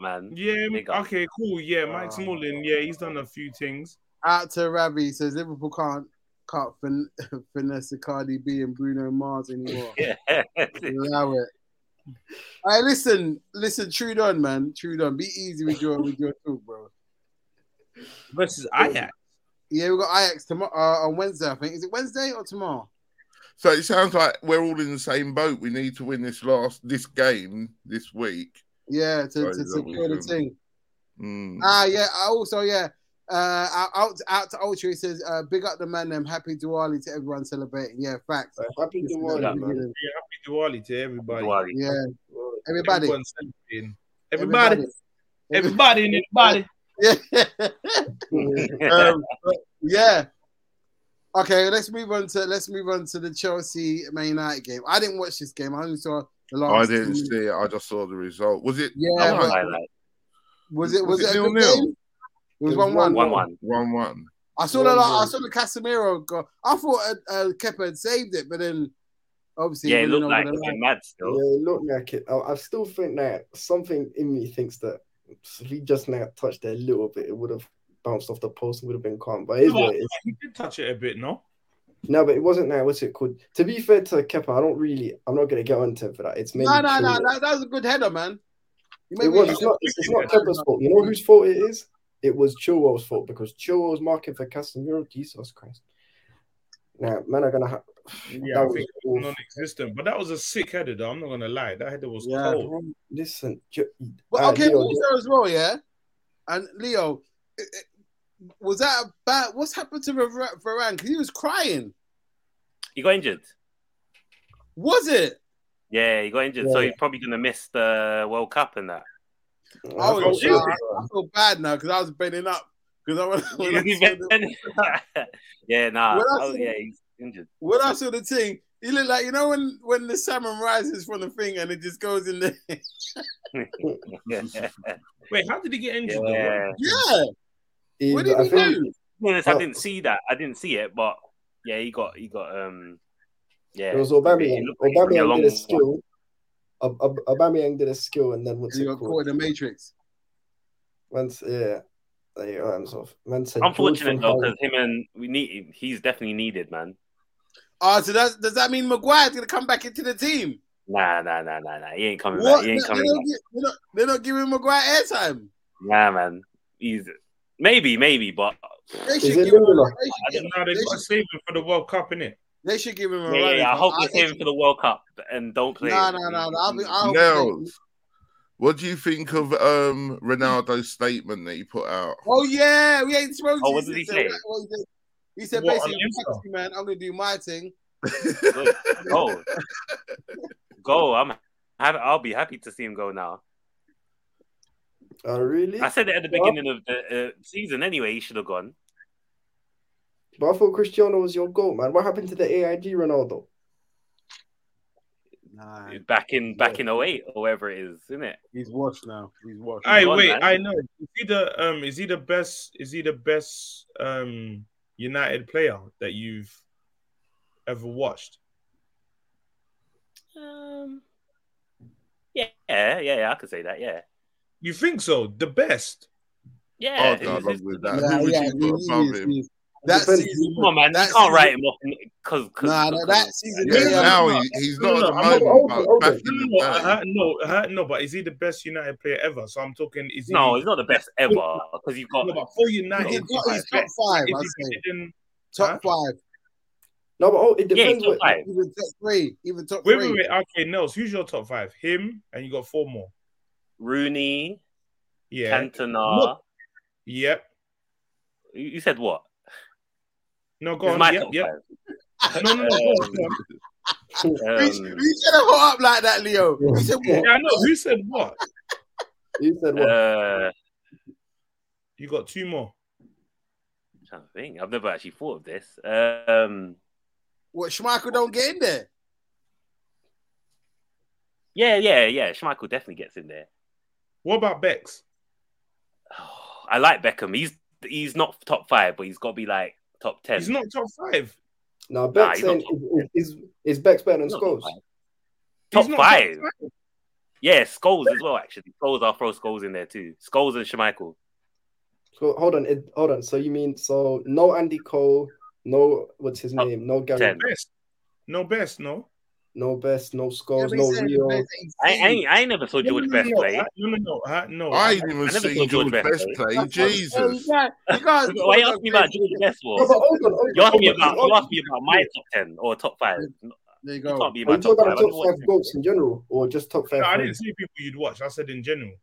man.
Yeah,
Big up.
okay, cool. Yeah, Mike Smalling. Yeah, he's done a few things.
Out to Ravi says Liverpool can't can't fin- [laughs] finesse Cardi B and Bruno Mars anymore.
[laughs] Yeah.
Allow it. All right, listen, listen, true on, man, true on. Be easy with your with your talk, bro.
Versus Ajax.
Yeah, we got Ajax tomorrow uh, on Wednesday. I think is it Wednesday or tomorrow?
So it sounds like we're all in the same boat. We need to win this last this game this week.
Yeah, to,
Sorry,
to
that
secure the
weekend.
thing.
Mm.
Ah, yeah. I Also, yeah. Uh, out- out out to Ultra. He says, uh, "Big up the man. Them happy Diwali to everyone celebrating." Yeah, facts.
So happy
Listen,
Diwali,
I'm
man.
beginning.
Happy Diwali to everybody.
Diwali.
[laughs] Yeah, everybody.
Everyone celebrating. Everybody. Everybody in everybody.
[laughs]
[laughs]
Yeah. um, but yeah. Okay, let's move on to let's move on to the Chelsea Man United game. I didn't watch this game. I only saw the last.
Oh, I didn't
two-
see it. I just saw the result. Was it
Yeah,
That
but-
was a highlight.
Was it was,
Was
it,
it
a good
nil-nil?
game? It was
It was
one one.
One one.
one one?
I saw the la- I
One-one.
saw the Casemiro goal. I thought uh, uh, Kepa had saved it, but then obviously
Yeah,
he
it
went over
looked like
the
it's
line.
been mad
Yeah,
still.
look like it. I, I still think that something in me thinks that if he just now touched it a little bit, it would have bounced off the post and would have been calm. But it is what it is.
He did touch it a bit, no?
No, but it wasn't that. What's it called? To be fair to Kepa, I don't really. I'm not gonna get onto him for that. It's mainly.
No, no,
Kane.
no. That, that was a good header, man. You made
It
me-
was. It's not. It's, it's not Kepa's fault. You know whose fault it is? It was Chilwell's fault because Chilwell's marking for Casemiro. Jesus Christ! Now, man, are gonna. Ha-
Yeah, I
was
think
awful.
non existent. But that was a sick header, though. I'm not going to lie. That header was
Yeah.
cold.
Listen, ju-
But
uh,
okay,
Leo,
also as well, yeah. And Leo, it- it- was that a bad? What's happened to Var- Varane? Because he was crying.
He got injured.
Was it?
Yeah, he got injured,
Yeah.
so he's probably gonna miss the World Cup and that.
I
Oh,
felt
shit.
sorry for
I
him.
feel bad now because I was bending up because
[laughs]
I, when, I saw the,
yeah, nah.
When I
Oh,
saw-
yeah, he's injured. [laughs]
when I saw the thing, he looked like you know when when the salmon rises from the thing and it just goes in there. [laughs]
yeah.
[laughs]
Wait, how did he get injured?
yeah.
yeah,
He-
what did
I
he
think-
do?
Honest, I didn't see that. I didn't see it, but yeah, he got he got um yeah.
It was
He
Aubameyang.
looked like he took a
Aubameyang
long
did a
one.
skill. Ab- Ab- Aubameyang did a skill, and then what's
He
it
got
called?
caught in the matrix.
Man's yeah, there you go, hands off. Man said,
Unfortunate
Jordan
though,
Howard-
because him and we need he's definitely needed, man.
Oh, so that's, does that mean Maguire's gonna come back into the team?
Nah, nah, nah, nah, nah. He ain't coming back. He
They,
ain't
they,
coming
don't
back.
give, they, don't, they don't give him Maguire airtime.
Nah, man. He's maybe, maybe, but
They
Is
should
it
give him.
Lindelof?
They should
I don't
give,
No, they got to save him for the World Cup, innit?
they should give him a Ah,
yeah, yeah,
running.
yeah. I
bro.
hope they save him for the World Cup and don't play.
No,
him.
no, no, no. I'll be, I'll
Nels, what do you think of um Ronaldo's statement that he put out?
Oh yeah, we ain't supposed
Oh,
to.
what did he
said
say?
that- what he said- He said
What,
basically,
on Insta?
"Fuck you, man, I'm gonna do my thing. [laughs]
go, go. I'm. ha- I'll be happy to see him go now.
Oh, really?
I said it at the beginning of the uh, season anyway. He should have gone.
But I thought Cristiano was your goal, man. What happened to the AIG Ronaldo?
Nah,
back in back in 08 or wherever it is, isn't it?
he's washed now. He's washed.
I
Come on,
wait,
man.
I know. Is he the um? Is he the best? Is he the best um United player that you've ever watched?
Um, yeah, yeah, yeah. I could say that. Yeah,
You think so? The best?
yeah.
oh, God, I love with that.
Nah,
Who would
yeah,
you
he
put
is,
above him?
he is. That
Depends.
season,
Come on, man.
That
you can't
season-
write him off because because
Nah, that, that season.
Yeah,
yeah,
now he, he's
No,
not
no,
at the
I'm
moment,
over-
but
over.
No,
back in
no,
the
uh,
day.
uh, no, uh, no. But is he the best United player ever? So I'm talking. Is he?
no, he's not the best ever because you've got
No, but for
He's
United,
got his top five.
if
I
he
say
didn't-
top five,
No, but oh, it
yeah,
depends.
he's top
what-
five.
even top three, even top
Wait,
three.
wait, wait. Okay, Nels, who's your top five? Him, and you got four more.
Rooney,
Yeah.
Cantona.
Look. Yep.
You you said what?
No, go
It's
on.
my
Yep,
top
yep.
five.
No, no, no. Go on, go on.
[laughs] We,
Um,
we should have got up like that, Leo. We should have
Yeah, I know. Who said what?
You said what?
uh,
You got two more.
trying to think. I've never actually thought of this. Um,
What Schmeichel don't get in there?
yeah, yeah, yeah. Schmeichel definitely gets in there.
What about Bex?
[sighs] I like Beckham. He's he's not top five, but he's got to be like top ten.
He's not top five.
Now
Nah,
Beck's
he's not
saying is, is is Beck's better than
He's not
Scholes?
Top
He's not
five. Yeah, Skulls as well. Actually, Skulls. I'll throw Skulls in there too. Skulls and Schmeichel.
So hold on, it, hold on. So you mean so no Andy Cole, no what's his
Top
name, no Gary,
Oh, ten.
Best. No best, no.
no Best, no
Yeah,
Scholes,
but
no
he said-
Rio.
he said
I, I,
18.
ain't- I ain't never saw George Best
no,
play.
huh? No, no, no. huh? no.
I ain't even
never
seen
thought
George
George Best
Best
played.
play.
That's what-
Jesus.
Yeah, You guys,
Why you asking me about George Best
No, but
for?
hold on, hold on,
You asked me
hold on.
about you asked me about my top ten or top five. It
There you
can't be
Are
my
you talking
top five. I
about
don't
top
know
five goals in general or just top five?
No, I didn't
goals?
see people you'd watch. I said in general.
what-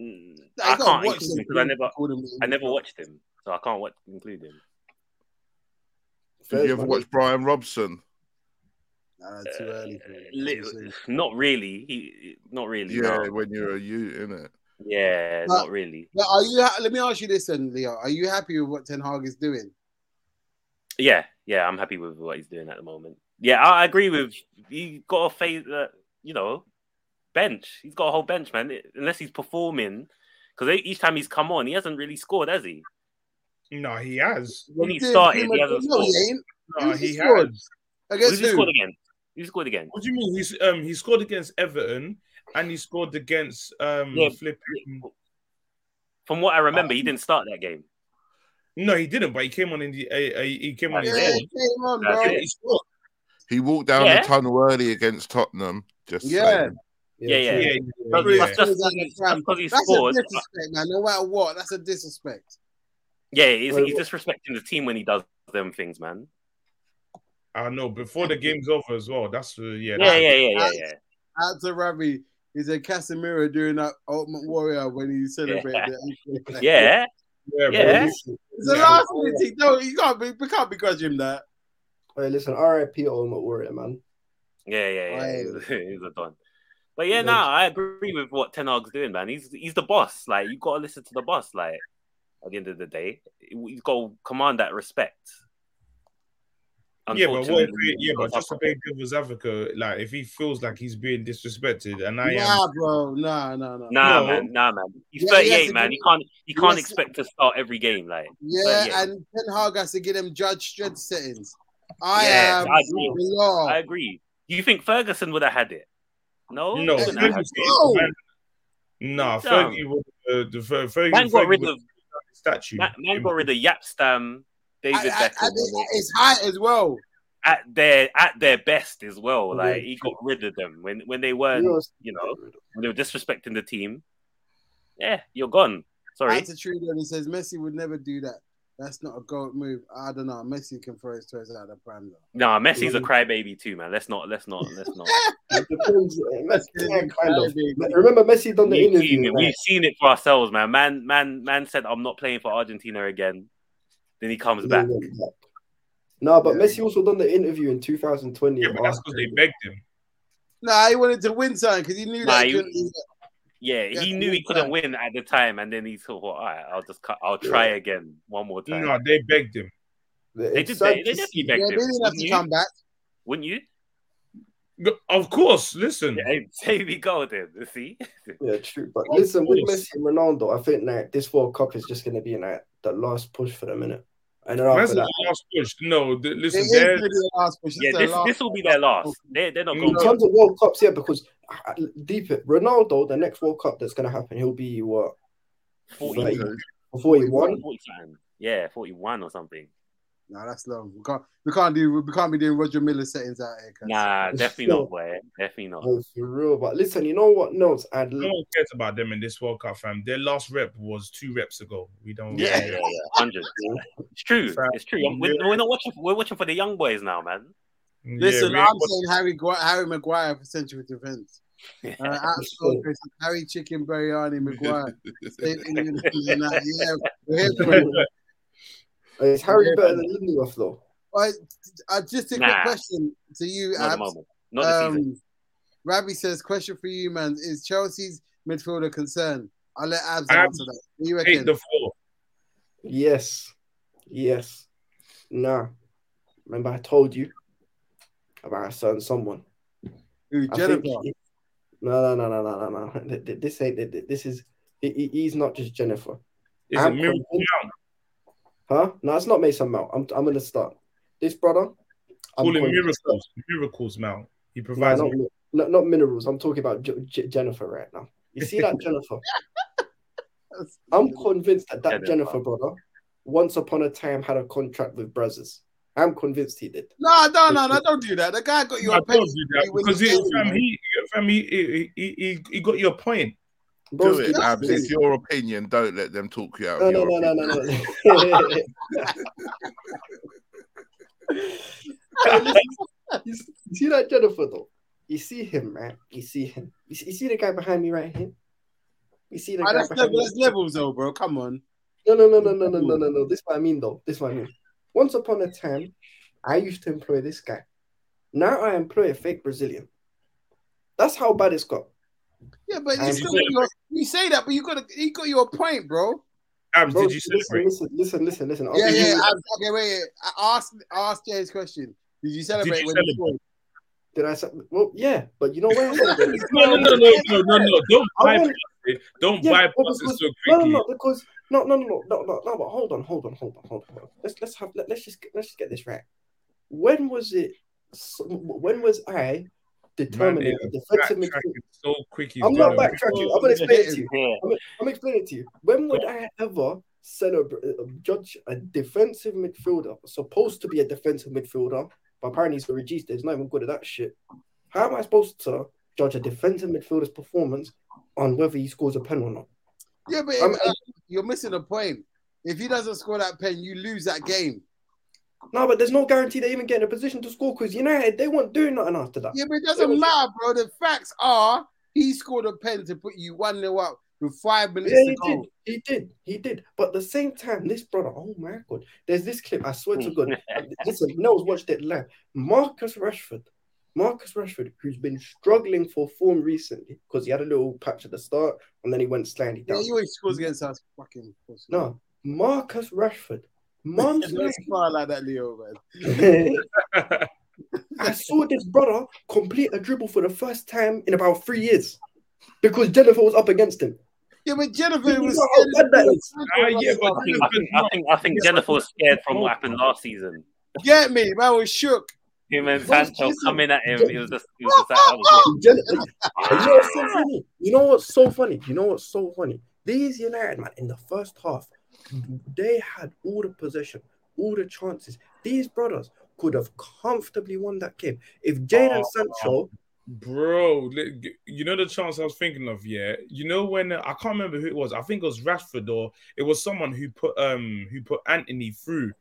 Mm,
Nah, you
I
gotta
can't
watch
include him
them.
because I never
Call them in.
I never watched him, so I can't watch include him.
Did you ever watch Brian Robson?
Nah, too early. for it.
Li- Not really. He not really.
Yeah,
no.
when you're a you, innit?
Yeah,
But-
not really.
But are you? ha- Let me ask you this, then, Leo. Are you happy with what Ten Hag is doing?
Yeah, yeah, I'm happy with what he's doing at the moment. Yeah, I I agree with you. Got a phase, uh, you know, bench. He's got a whole bench, man. It- Unless he's performing, because each time he's come on, he hasn't really scored, has he?
No, he has.
When he
did
started,
him
he
a-
hasn't
no,
scored.
he ain't.
No,
Who's he
he
scored?
has.
Who's
Against
he scored
who?
again? Who scored again?
What do you mean? He's um he scored against Everton and he scored against um
Yeah.
flipping.
Mm.
From what I remember,
Um,
he didn't start that game.
No, he didn't. But he came on in the. Uh, uh, he came on.
Yeah,
in
Yeah,
the
he
he came on,
That's
bro.
it.
He scored.
He walked down
Yeah.
the tunnel early against Tottenham. Just
Yeah.
saying.
Yeah, yeah.
Yeah,
true.
yeah,
But
yeah.
that's just
He's at the
that's because he
That's
scored.
a disrespect, man. No matter what, that's a disrespect.
Yeah, he's,
Wait,
he's disrespecting the team when he does them things, man.
I know. Before the game's over as well. That's uh, yeah.
Yeah,
that's-
yeah, yeah, yeah, yeah.
Out to Ravi. He's a Casemiro during that Ultimate Warrior when he celebrated. it. [laughs]
Yeah,
bro.
yeah.
It's the last minute. he- No, you can't. Be, we can't begrudge him that.
Wait, listen, RIP Olmo Warrior, man.
Yeah, yeah, yeah.
Right.
He's, [laughs] he's a don. But yeah,
He's
no, I agree with what Ten Hag's doing, man. He's he's the boss. Like you got to listen to the boss. Like at the end of the day, you got to command that respect.
Yeah, but what if
Unfortunately,
we, yeah, but
it's
just to
not-
play devil's advocate, like if he feels like he's being disrespected, and I am,
nah, bro. Nah, nah, nah.
Nah,
No.
man, nah, man. He's
Yeah, he has
38,
to
man.
be-
He can't he can't
has to-
expect to start every game. Like
Yeah,
yeah.
and Ten Hag has to get him judge strength settings. I
Yeah,
am
I
the
agree.
law.
I agree. You think Ferguson would have had it? No,
no,
he wouldn't have had
Fergie,
it.
No.
man, nah,
He's
Fergie was uh, the Fer- Fergie,
man got
Fergie
rid
was
of
the statue.
man, man got rid of Yapstam,
I-
um, David
I-
Beckham.
I think It's high as well.
at their at their best as well.
Yeah.
Like he got rid of them when when they weren't,
Rio's-
you know, when they were disrespecting the team. Yeah, you're gone. Sorry.
Attitude, and he says Messi would never do that. That's not a goat move. I don't know. Messi can throw his toes out of the pram though.
Nah, Messi's
Mm.
a crybaby too, man. Let's not let's not
[laughs]
let's not.
It depends, eh, Messi, yeah, kind of.
Maybe.
Remember Messi done the
We've seen,
interview.
it.
Like,
We've seen it for ourselves, man. Man, man, man said, "I'm not playing for Argentina again." Then he comes back.
No, but Messi also done the interview in 2020.
Yeah, but that's because they begged him.
Nah, he wanted to win something because he knew
Nah,
that he
you-
couldn't. do that.
Yeah,
Yeah,
he knew he couldn't win at the time, and then he thought, "Well, all right, I'll just cut. I'll try again one more time."
No, they begged him.
they did. They, they definitely
Yeah,
begged
they
him.
didn't have
Wouldn't
to
you?
come back.
Wouldn't you?
G- Of course, listen.
Yeah, [laughs] there we go. Then see.
Yeah, true. But
Of
listen, with
course.
Messi and Ronaldo, I think like this World Cup is just gonna be like the last push for them, innit? And then
That's
after
the
that,
last push. No, th-
It
listen,
is
they're-
gonna be the last push. It's
Yeah,
the
this
last-
this will be their last. They're, they're not
Mm.
going
in
to.
terms of World Cups, yeah, because uh, deep it, Ronaldo, the next World Cup that's gonna happen, he'll be what
40,
Right.
Okay.
before he won.
40 yeah, 41 or something.
Nah, that's long. We can't. We can't do. We can't be doing Roger Miller settings out here. cuz. [laughs]
Nah, definitely not, boy. Definitely not.
Oh, for real. But listen, you know what? Notes and
no one cares about them in this World Cup, fam. Their last rep was two reps ago. We don't.
Yeah, yeah, yeah. 100. It's true. It's true. We're, we're not watching. We're watching for the young boys now, man.
Yeah,
Listen,
we-
I'm saying Harry Gua- Harry Maguire for central defence. Uh, outscored Chris- Harry Chicken Biryani
[laughs]
Maguire. Same thing in the- in that. yeah, we're here for it.
[laughs]
is Harry better than Lindelof though?
But, uh, just a quick
Nah.
question to you,
Not the
Abs.
moment. Not the season.
Um, Rabbi says, question for you, man. Is Chelsea's midfielder concern? I'll let Abs
Abs,
answer that. What do you
Take
reckon?
the floor.
Yes. Yes. Nah. Remember I told you about a certain someone.
Who,
I
Jennifer?
think- no, no, no, no, no, no, no. Th- th- This ain't. th- th- This is. he- he- He's not just Jennifer.
Is it
I'm
Miracle
convinced-
Mount?
Huh? No, it's not Mason Mount. I'm I'm gonna start. This brother. I'm
Call him
calling-
miracles, miracles, Mal. He
No,
provides.
not, no, not minerals. I'm talking about J- J- Jennifer right now. You see that Jennifer? [laughs] I'm convinced that that Jennifer
Jennifer.
brother, once upon a time, had a contract with Brazzers. I'm convinced he did.
No, no, no, no, don't do that. The guy got you
I
a
told
pen.
you that
when
because
you
he,
came,
fam,
man.
he, fam, he, he, he, he got your point.
Bro's
Do it,
convinced
Abs.
he
It's
did.
your opinion. Don't let them talk you out.
No,
of
no,
your
no, no,
opinion.
no, no. [laughs] Hey, listen, you s- you see that Jennifer though? You see him, man. You see him. You see, you see the guy behind me right here. You see the
Ah,
guy
that's,
behind
level,
me.
that's levels, though, bro. Come on.
No, no, no, no, no, no, no, no, no. This is what I mean, though. This is what I mean. Once upon a time, I used to employ this guy. Now I employ a fake Brazilian. That's how bad it's got.
Yeah, but
Um,
you, still got your, you say that, but you got a, he got you a point, bro.
Abs,
Bro,
did you
listen,
celebrate?
listen, listen, listen, listen.
Yeah,
Okay,
yeah.
you-
I, okay, wait. wait. I asked ask Jay's question. Did you celebrate
you
when
celebrate?
you scored?
Did I say? Well, yeah, but you know what?
[laughs] No, no, no, no, no, no, no. Don't
[laughs] I
bypass
want-
it. Don't
Yeah,
bypass
because-
it so
No, no,
quickly.
no, because no, no, no, no, no, no, no. But hold on, hold on, hold on, hold on. Let's let's have let, let's just get- let's just get this right. When was it? so- When was I determined
Man,
a defensive
Backtracking
midfielder?
so quickly.
I'm not backtracking.
[laughs]
I'm gonna explain it to you.
Yeah.
I'm explaining it to you. When would I ever celebrate, uh, judge a defensive midfielder supposed to be a defensive midfielder, but apparently he's a regista. He's not even good at that shit. How am I supposed to judge a defensive midfielder's performance on whether he scores a pen or not?
Yeah, but
I'm-
uh, you're missing a point. If he doesn't score that pen, you lose that game.
No, but there's no guarantee they even get in a position to score because United they won't do nothing after that.
Yeah, but it doesn't matter, bro. The facts are he scored a pen to put you 1 0 up with five minutes
Yeah,
to
he
go.
did. He did. He did. But at the same time, this brother, oh my god, there's this clip. I swear
[laughs]
to God, Uh, listen, Nels watched it live. Marcus Rashford, Marcus Rashford, who's been struggling for form recently because he had a little patch at the start and then he went slightly
Yeah,
down.
he always scores against us. Fucking.
No, Marcus Rashford,
[laughs]
months
That's far like that, Leo, man.
later, [laughs] I saw this brother complete a dribble for the first time in about three years because Jennifer was up against him.
Yeah, but
You
Jennifer
know
was
how
scared.
bad that is.
Ah, yeah, but
I think, I think, I think, I think Jennifer was scared from what happened last season.
Get me, man. I was shook.
Him and
Bro,
Sancho
listen.
coming at him. It was just, it was just that, that was
Jen-
[laughs]
you know what's so funny? You know what's so funny? You know what's so funny? These United man in the first half, they had all the possession, all the chances. These brothers could have comfortably won that game if Jadon
Oh,
Sancho.
[laughs] Bro, li- you know the chance I was thinking of, yeah. You know when uh, I can't remember who it was. I think it was Rashford or it was someone who put um who put Anthony through.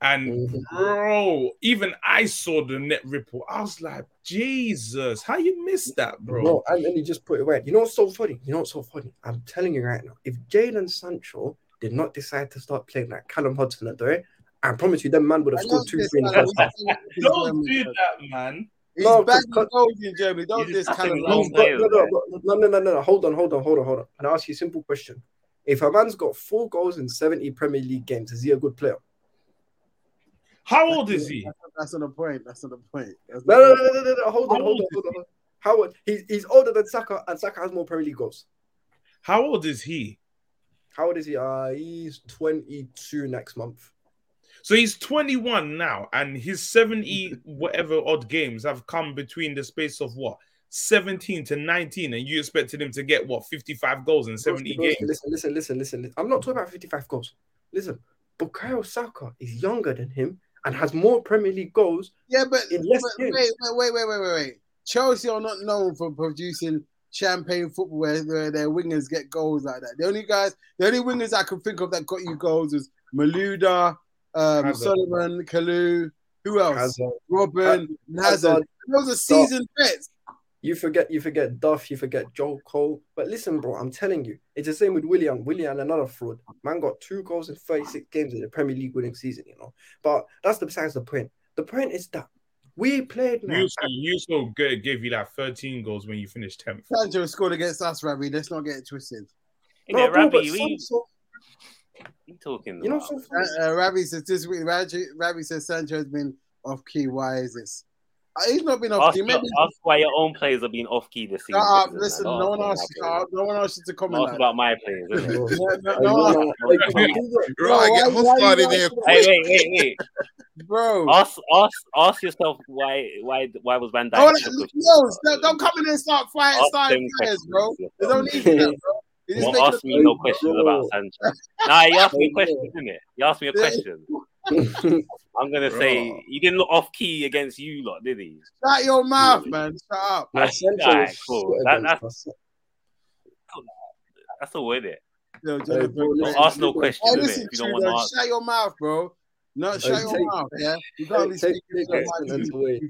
And
Mhm.
bro, even I saw the net ripple. I was like, Jesus, how you missed that, bro?
No, and then he just put it right. You know what's so funny? You know what's so funny? I'm telling you right now, if Jadon Sancho did not decide to start playing like Callum Hudson at I promise you, that man would have
I
scored
love
two
this,
three.
man.
in the first half.
He's
Don't
German,
do
man.
that, man.
He's
No,
back
because-
in goals in Germany. Don't
You
this
just
kind of
fucking
like
long
No,
players
no,
there.
no, no, no, no, no, no. Hold on, hold on, hold on, hold on. And I ask you a simple question: If a man's got four goals in seventy Premier League games, is he a good player?
How old is he?
That's not a point. That's not a point. That's
No,
not
no,
a
no, no, no, no. Hold on,
How
hold on,
old
hold on. How old? He's he's older than Saka, and Saka has more Premier League goals.
How old is he?
How old is he? Uh, he's twenty-two next month.
So he's 21 now, and his [laughs] 70 whatever odd games have come between the space of what 17 to 19, and you expected him to get what 55 goals in 70
Broski, broski,
games.
Listen, listen, listen, listen. li- I'm not talking about 55 goals. Listen, Bukayo Saka is younger than him and has more Premier League goals.
Yeah, but,
In
but
less
wait,
games.
wait, wait, wait, wait, wait, wait. Chelsea are not known for producing champagne football where, where their wingers get goals like that. The only guys, the only wingers I could think of that got you goals is Maluda, um,
Hazard.
Solomon, Kalu, who else?
Hazard,
Robin, Hazard.
Hazard,
Those are seasoned vets.
You forget, you forget Duff, you forget Joel Cole. But listen, bro, I'm telling you, it's the same with William. William, another fraud. Man got two goals in 36 games in the Premier League winning season, you know. But that's the besides the point. The point is that we played now.
You so, you so good gave you like 13 goals when you finished 10th.
Sancho scored against us, Ravi. Let's not get it twisted.
it. No,
[laughs] bro,
Rabbi,
but
you,
some
ain't-
sort-
you talking
you know,
about?
some
Uh, uh, Ravi says this week. Ravi, Ravi says Sancho has been off key. Why is this? Uh, He's not been off
Ask,
key. Maybe.
ask why your own players are being off key this season.
Shut up.
This
Listen,
is not
no one
about
asked.
my players.
uh, No one asked you to comment.
Not
Like
about my players.
[laughs]
isn't it?
that. No, no,
Hey,
no,
you know, like, you can do that.
Right, I get
Bro, why- why
hostile
you
in here.
like-
hey, wait, wait, wait.
bro.
Ask, ask, ask yourself why, why, why was Van Dijk?
Oh,
such a
no,
good-
no, don't come in and start fighting,
Ask
start
them
players,
questions
bro.
yourself.
They don't need
[laughs]
that, bro. They just
Don't
make
ask
it-
me no questions about Sancho. Nah, you asked
[laughs]
me a question, didn't it? You asked me a
Yeah.
question.
[laughs]
I'm gonna say
Bruh.
he didn't look off key against you lot, did he?
Shut your mouth, man. Shut up.
Yeah, Sancho was
Alright, cool.
shit
That-
against
that's-
us.
That's all with it.
Yo,
Hey,
Jonathan,
bro,
Don't
listen,
ask no
Hey,
questions, innit?
listen,
If you don't want to
Trudeau,
ask.
shut your mouth, bro. No, shut your
take-
mouth, yeah. You
take-
can't be
take-
speaking
take
about
Anton's
you,
weight.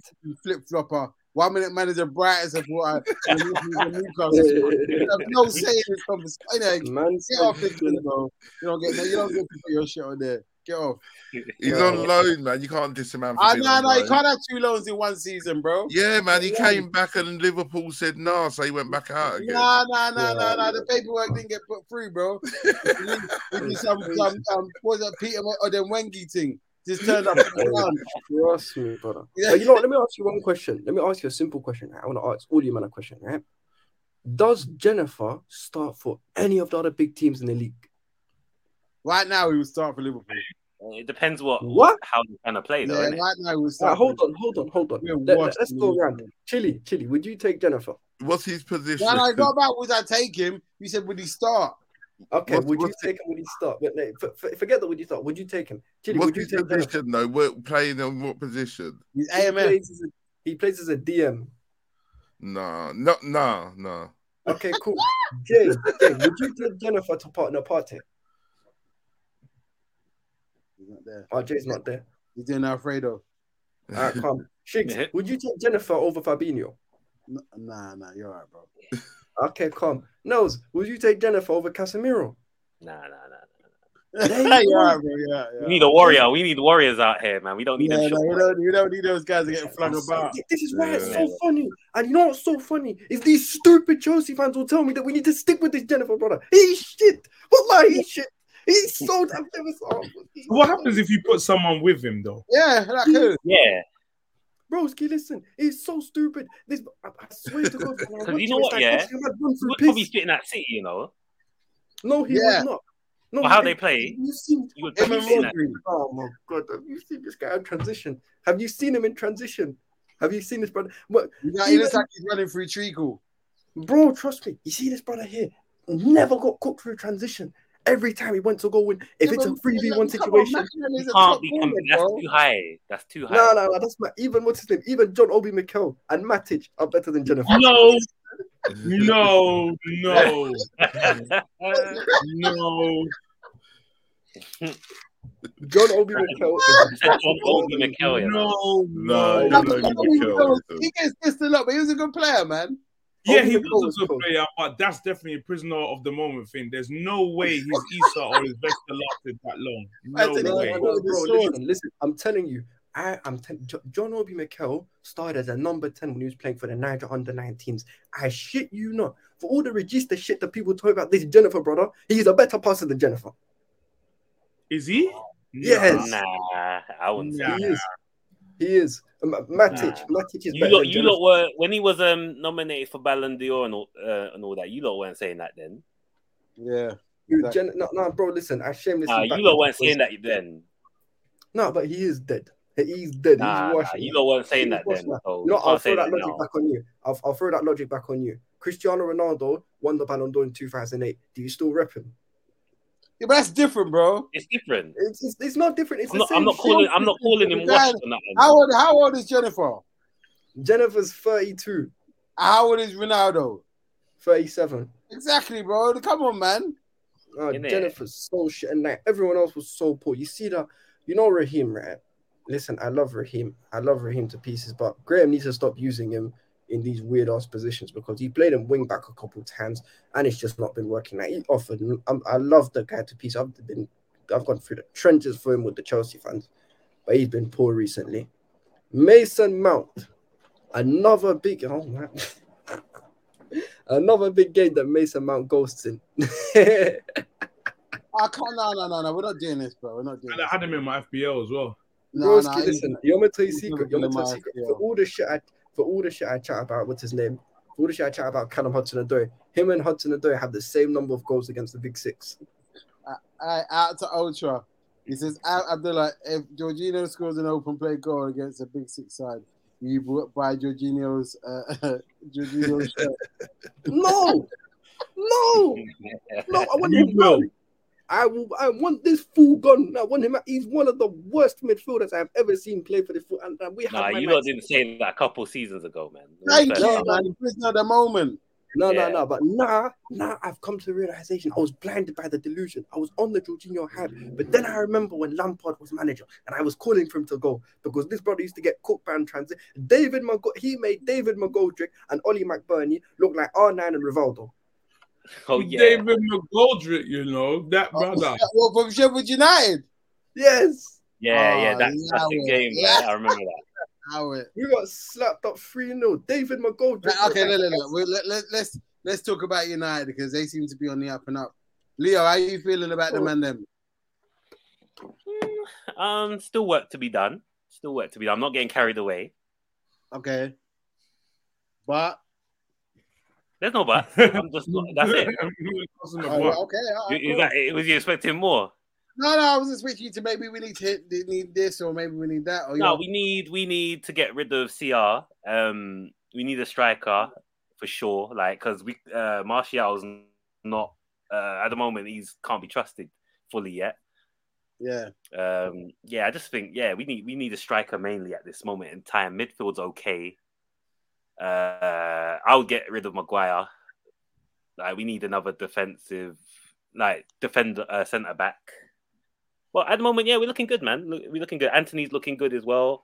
flip flopper. One minute manager bright as a boy. and you're from Newcastle.
[laughs]
You have no say in this conversation.
Man,
Get off this thing, bro. You don't get you don't get to put your shit on there. Get off.
He's
Yeah.
on loan, man. You can't diss him out. For
I
being
know,
on
no, you
loan.
can't have two loans in one season, bro.
Yeah, man. He came back and Liverpool said nah, so he went back out again.
Nah, nah, nah,
Yeah.
nah, nah. The paperwork didn't get put through,
[laughs]
bro. We did some, some um, what was that Peter or then Wengi thing?
[laughs]
Just turned up. "Um,
trust me, brother.
Yeah.
But you know what? Let me ask you one question. Let me ask you a simple question. right? I want to ask all you man a question, right? Does Jennifer start for any of the other big teams in the league?
Right now, he will start for Liverpool.
It depends what,
What?
how you're trying to play, though,
Yeah,
innit?
right now, he will
Right,
start.
hold on, hold on, hold on.
Yeah,
Let,
watch
us
me.
go around. Chili, Chili, would you take Jennifer?
What's his position?
When I got back, would I take him? You said, would he start?
Okay,
What's-
would you
what's
take him? Would he start? Wait, no, for- for- forget that. Would you start? Would you take him? Chili, would
What's
you
his
take Jennifer?
position though? We're playing on what position?
He's
He
AMF.
plays, as a, he plays as a DM.
Nah, no, nah, nah.
Okay, cool. Jay, Jay, would you take Jennifer to partner party?
He's not there.
Oh, Jay's not there.
He's doing Alfredo.
All right,
[laughs]
calm. Shigs, would you take Jennifer over Fabinho?
N- Nah, nah, you're all right, bro.
Okay, calm. Nose, would you take Jennifer
[laughs]
over Casemiro?
Nah, nah, nah.
you're
you go.
all right, bro. Yeah,
We
yeah.
need a warrior. We need warriors out here, man. We don't need
Yeah,
them.
no,
shit.
we, don't, we don't need those guys to get flung about.
This is why it's so
Yeah.
funny. And you know what's so funny? Is these stupid Chelsea fans will tell me that we need to stick with this Jennifer brother. He's shit. What he's shit. He's so Oh, I've never saw
What happens if you put someone with him though?
Yeah, that could.
Yeah,
Broski, listen, he's so stupid. This I, I swear to God, when
[laughs]
I
'Cause
watch
you know
him, it's
what,
like
yeah?
watching him have run
he
through
would
piss.
probably fit in that city, you know.
No, he
Yeah.
was not. No,
Or how
he-
they play.
You've seen
He would
Him
probably
and
fit in that.
Rodri.
Oh my god, have you seen this guy in transition? Have you seen him in transition? Have you seen this brother? But
You got- He looks like he's running through treacle.
bro, trust me, you see this brother here never got cooked through transition. Every time he went to go in, if
Yeah,
it's a
but-
3v1
Come on,
situation,
Macklemore is
You
a
can't
top
be.
forward,
Com- that's
bro.
too high. That's too high. [laughs]
no, no, no, that's my even what's his name, even John Obi Mikel and Matic are better than Jennifer.
No, no, [laughs] no, no.
John Obi Mikel
[laughs] He said John Obi Mikel, you know.
No,
No,
no,
no,
no.
no.
He gets dissed a lot, but he was a good player, man.
Yeah, he
Obi Mikel
was a good
cool.
player, but that's definitely a prisoner of the moment thing. There's no
[laughs]
way his Issa or his Vesta lasted that long.
I
No
said
No,
way.
it.
no,
Bro,
no, bro,
this
listen, listen, I'm telling you, I, I'm te- Jo- John Obi Mikel started as a number 10 when he was playing for the Niger under 19s. I shit you not. For all the register shit that people talk about this Jennifer brother, he's a better passer than Jennifer.
Is he?
Yes.
Nah, I wouldn't say.
Nah.
He is. He is. Um, Matic. Matic is
You
better
lot,
than
you
Jennifer.
lot were when he was um nominated for Ballon d'Or and all, uh, and all that. You lot weren't saying that then.
Yeah.
You Jen- no, no, bro, listen, I shamelessly.
Nah, you lot weren't saying that then.
No, but he is dead. He is dead.
Nah,
he's
nah,
washing.
you lot weren't saying
He's
that then.
washed now.
So
You know,
you
I'll
can't say
throw
that
that logic
now.
back on you. I'll, I'll throw that logic back on you. Cristiano Ronaldo won the Ballon d'Or in 2008. Do you still rep him?
Yeah, but that's different, bro.
It's different.
It's, it's, it's not different. It's
I'm
the
not,
same
I'm not
shit.
calling. I'm not calling him washed or
How
nothing.
old, how old is Jennifer?
Jennifer's 32,
How old is Ronaldo?
37.
Exactly, bro. Come on, man.
Uh,
Innit?
Jennifer's so shit, and like everyone else was so poor. You see that? You know Raheem, right? Listen, I love Raheem. I love Raheem to pieces, but Graham needs to stop using him in these weird ass positions because he played him wing back a couple times, and it's just not been working. Like he offered, i I love the guy to pieces. I've been, I've gone through the trenches for him with the Chelsea fans, but he's been poor recently. Mason Mount, another big oh man. [laughs] Another big game that Mason Mount ghosts in. [laughs]
I can't. No, no, no, no. We're not doing this, bro. We're not doing
And I
this.
had him in my FPL as well.
Nah,
Broski,
nah,
listen,
he-
you want me to tell you a
he's
secret?
never
You
been
want me to
in
tell
my
you a secret?
IPL.
For all the shit I for all the shit I chat about, what's his name? For all the shit I chat about Callum Hudson Odoi, him and Hudson Odoi have the same number of goals against the big six.
Alright, out to Ultra. He says, Al Abdullah, if Jorginho scores an open play goal against a big six side, you b- buy Jorginho's, uh, [laughs] Jorginho's
[laughs]
shirt.
No, no, no, I want
You
him
will.
gone. I will I want this fool gone. I want him out. He's one of the worst midfielders I've ever seen play for the foot. And, and
[laughs]
we have
Nah,
my
you
man-
lot didn't say that a couple seasons ago, man.
Thank
But-
you, man. Prisoner of the moment.
No,
Yeah.
no, no. But nah, nah, I've come to the realization I was blinded by the delusion. I was on the Jorginho hype. But then I remember when Lampard was manager and I was calling for him to go because this brother used to get cooked by transit. David McGo- he made David McGoldrick and Ollie McBurney look like R9 and Rivaldo.
Oh yeah.
David McGoldrick, you know that
Oh,
brother.
Well, from Sheffield United.
Yes.
Yeah,
Oh,
yeah, that's, that's the
yeah.
game, man. I remember that.
How it?
We got slapped up 3 0. David McGoldrick.
Right, okay,
looked
look, look,
like-
look. We- Let, let, let's let's talk about United because they seem to be on the up and up. Leo, how you feeling about them and them?
Mm, [laughs] Um, still work to be done. Still work to be done. I'm not getting carried away.
Okay, but
There's no but. I'm just
[laughs]
not, that's it.
oh, okay, all right,
You-
cool.
Is that, it- was you expecting more?
no, no, I was just with you to maybe we need to hit, need this or maybe we need that or
No,
you
we need we need to get rid of CR. Um, we need a striker for sure. Like because we uh, Martial's not uh, at the moment. He's can't be trusted fully yet.
yeah,
Um, yeah, I just think yeah, we need we need a striker mainly at this moment in time. Midfield's okay. Uh, I'll get rid of Maguire. Like we need another defensive, like defender uh, centre back. Well, at the moment, yeah, we're looking good, man. Look- We're looking good. Anthony's looking good as well.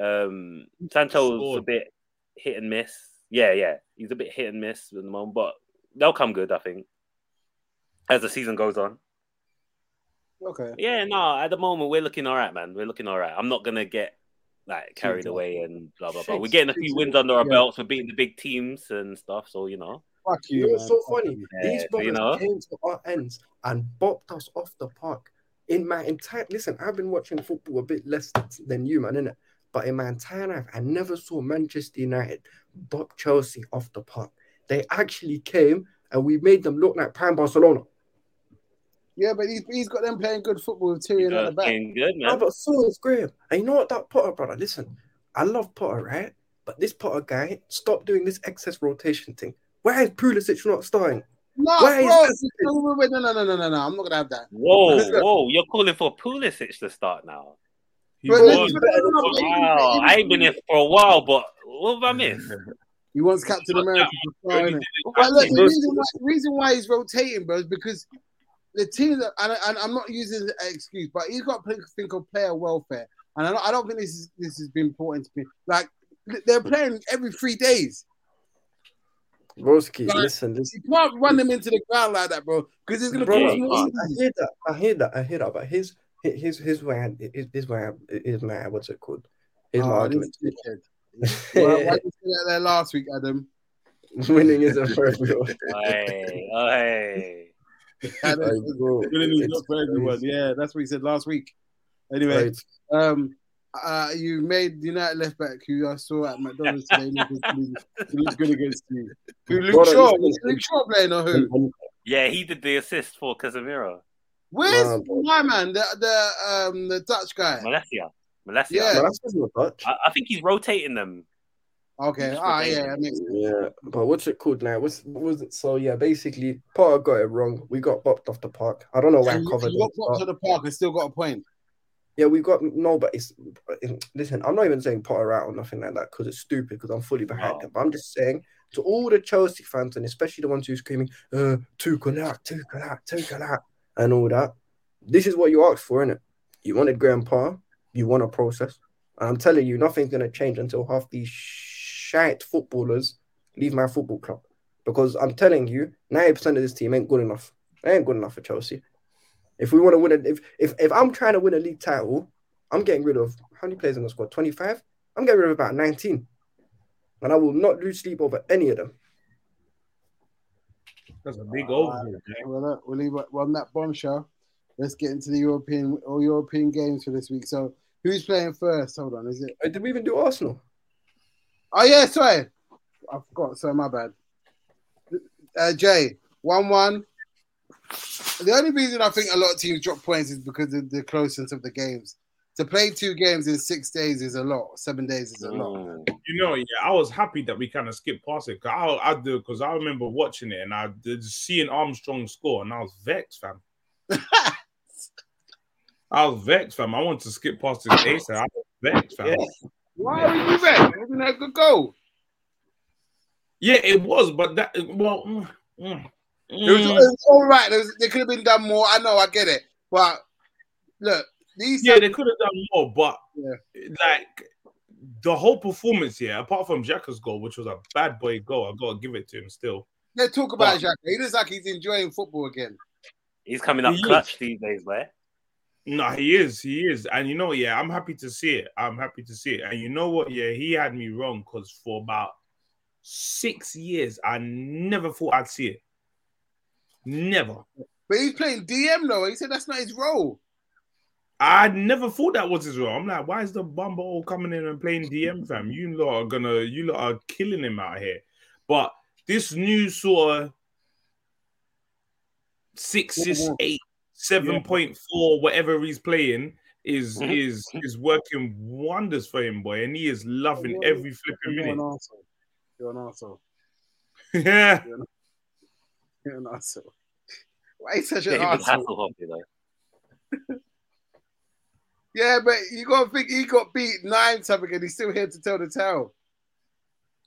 Um, Sancho's a
Scored.
bit hit and miss. Yeah, yeah, he's a bit hit and miss at the moment, but they'll come good, I think, as the season goes on.
okay.
Yeah, no, at the moment we're looking all right, man. We're looking all right. I'm not gonna get like carried away and blah blah blah. We're getting a few wins under our belts. We're beating the big teams and stuff. So you know,
Fuck
You know,
you.
it's so
man.
funny.
Yeah,
These
you
brothers
know.
came to our ends and bopped us off the park. In my entire listen, I've been watching football a bit less than you, man, innit? But in my entire life, I never saw Manchester United bop Chelsea off the park. They actually came and we made them look like Prime Barcelona.
Yeah, but he's, he's got them playing good football with Tyrion at
uh,
the back.
looking good,
No,
man.
but so is Graham. And you know what, that Potter brother, listen, I love Potter, right? But this Potter guy, stop doing this excess rotation thing. Why is Pulisic not starting?
No,
Where is
bro,
that?
it's- no, no, no, no, no, no, no. I'm not gonna have that.
Whoa, whoa! You're calling for Pulisic to start now.
He
But
won.
listen, no, no, no,
Wow, I ain't been here for a while, but what have I missed?
[laughs] He wants Captain
Fuck
America. to
He
star,
only
innit?
did it
But look,
after
the
he
reason why, the reason why he's rotating, bro, is because the team that, and, and I'm not using an excuse, but he's got to think of player welfare, and I don't, I don't think this is this has been important to me. Like they're playing every three days.
Broski,
Right.
listen, listen.
You can't run them into the ground like that, bro, because it's gonna
Brother,
cause
Yeah,
I
you
more.
I hear that. I hear that. I hear that. But here's here- here's here's where I, here's- here's where I, here's my what's it called? Here's my
Oh, this
argument.
dickhead.
[laughs]
Why, why did you say that there last week, Adam?
Winning is a first goal.
[laughs] Hey, hey.
Adam
Like, bro,
winning is
it's
not for everyone.
crazy.
Yeah, that's what he said last week. Anyway,
Like,
Um, uh, you made United left back who I saw at McDonald's today look good- look good against you. Who Luke
Brother,
Shaw?
listen.
Was Luke Shaw playing or who?
and-
Yeah, he did the assist for Casemiro.
Where's
Nah, bro.
my man, the the um the Dutch guy?
Malacia, Malacia.
Yeah.
but that's not Dutch.
I, I think he's rotating them.
Okay, ah yeah, that makes sense.
Yeah, but what's it called now? What's what was it? So yeah, basically, Potter got it wrong. We got bopped off the park. I don't know why I
And you-
covered
you
it.
got popped to the park and still got a point.
Yeah, we got no, but it's listen. I'm not even saying Potter out or nothing like that because it's stupid. Because I'm fully behind
No.
them. But I'm just saying to all the Chelsea fans and especially the ones who are screaming, uh, Tuchel out, Tuchel out, Tuchel out, and all that. This is what you asked for, innit? You wanted Graham Potter. You want a process. And I'm telling you, nothing's gonna change until half these shite footballers leave my football club. Because I'm telling you, 90% of this team ain't good enough. They ain't good enough for Chelsea. If we want to win a, if, if if I'm trying to win a league title, I'm getting rid of how many players in the squad? 25? I'm getting rid of about 19. And I will not lose sleep over any of them.
That's a big overview. man.
Well, look, we'll leave it on that bombshell. Let's get into the European all European games for this week. So Who's playing first? Hold on, is it?
Uh, Did we even do Arsenal?
Oh yeah, sorry, I forgot. Sorry, my bad. Uh, Jay, one-one. The only reason I think a lot of teams drop points is because of the closeness of the games. To play two games in six days is a lot. Seven days is a lot.
Hmm.
You know, yeah, I was happy that we kind of skipped past it. 'cause I, I do because I remember watching it and I did seeing Armstrong score and I was vexed,
[laughs]
fam. I was vexed, fam. I wanted to skip past this ace. I was vexed, fam.
Why were you red? Wasn't that a good goal?
Yeah, it was, but that well, mm, mm,
It was, it
mm.
was all right. It was, they could have been done more. I know. I get it. But look, these
yeah, they could have done more, but
Yeah.
like the whole performance here, apart from Jacka's goal, which was a bad boy goal, I gotta give it to him still.
they talk about Xhaka. He looks like he's enjoying football again.
He's coming up
He is.
clutch these days, man.
No, he is, he is, and you know, yeah, I'm happy to see it. I'm happy to see it, and you know what? Yeah, he had me wrong because for about six years, I never thought I'd see it. Never,
But he's playing DM though. He said that's not his role.
I never thought that was his role. I'm like, why is the bumble all coming in and playing DM fam? You lot are gonna, you lot are killing him out here. But this new sort of sixes, eight, seven point four, whatever he's playing is
Mm-hmm.
is is working wonders for him, boy, and he is loving every flipping
You're an
minute.
arsehole. You're an arsehole.
[laughs] Yeah,
You're an arsehole. Why is such an
Yeah, he was
arsehole?
Hasselhoff, you know.
Yeah, but you gotta think he got beat nine something and he's still here to tell the tale.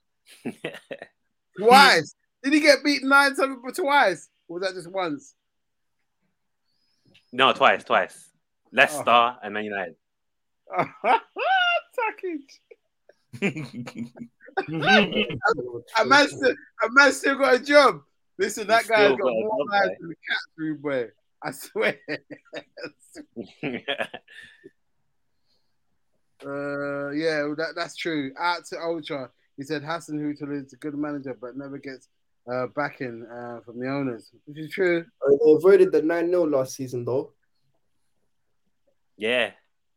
[laughs]
twice.
Hmm.
Did he get beat nine something but twice? Or was that just once? [laughs]
No, twice, twice. Leicester
Oh.
and Man United. [laughs]
Tuckage.
Mhm.
A man still, a man still got a job. Listen, that
He's
guy's
still
got
got a
more
job,
lives
mate.
than the cat through, boy. I swear. [laughs] Uh, yeah, well, that, that's true. Out to Ultra, he said Hassan Hootel is a good manager, but never gets uh, backing uh, from the owners, which is true.
Uh, They avoided the 9 0 last season, though.
yeah,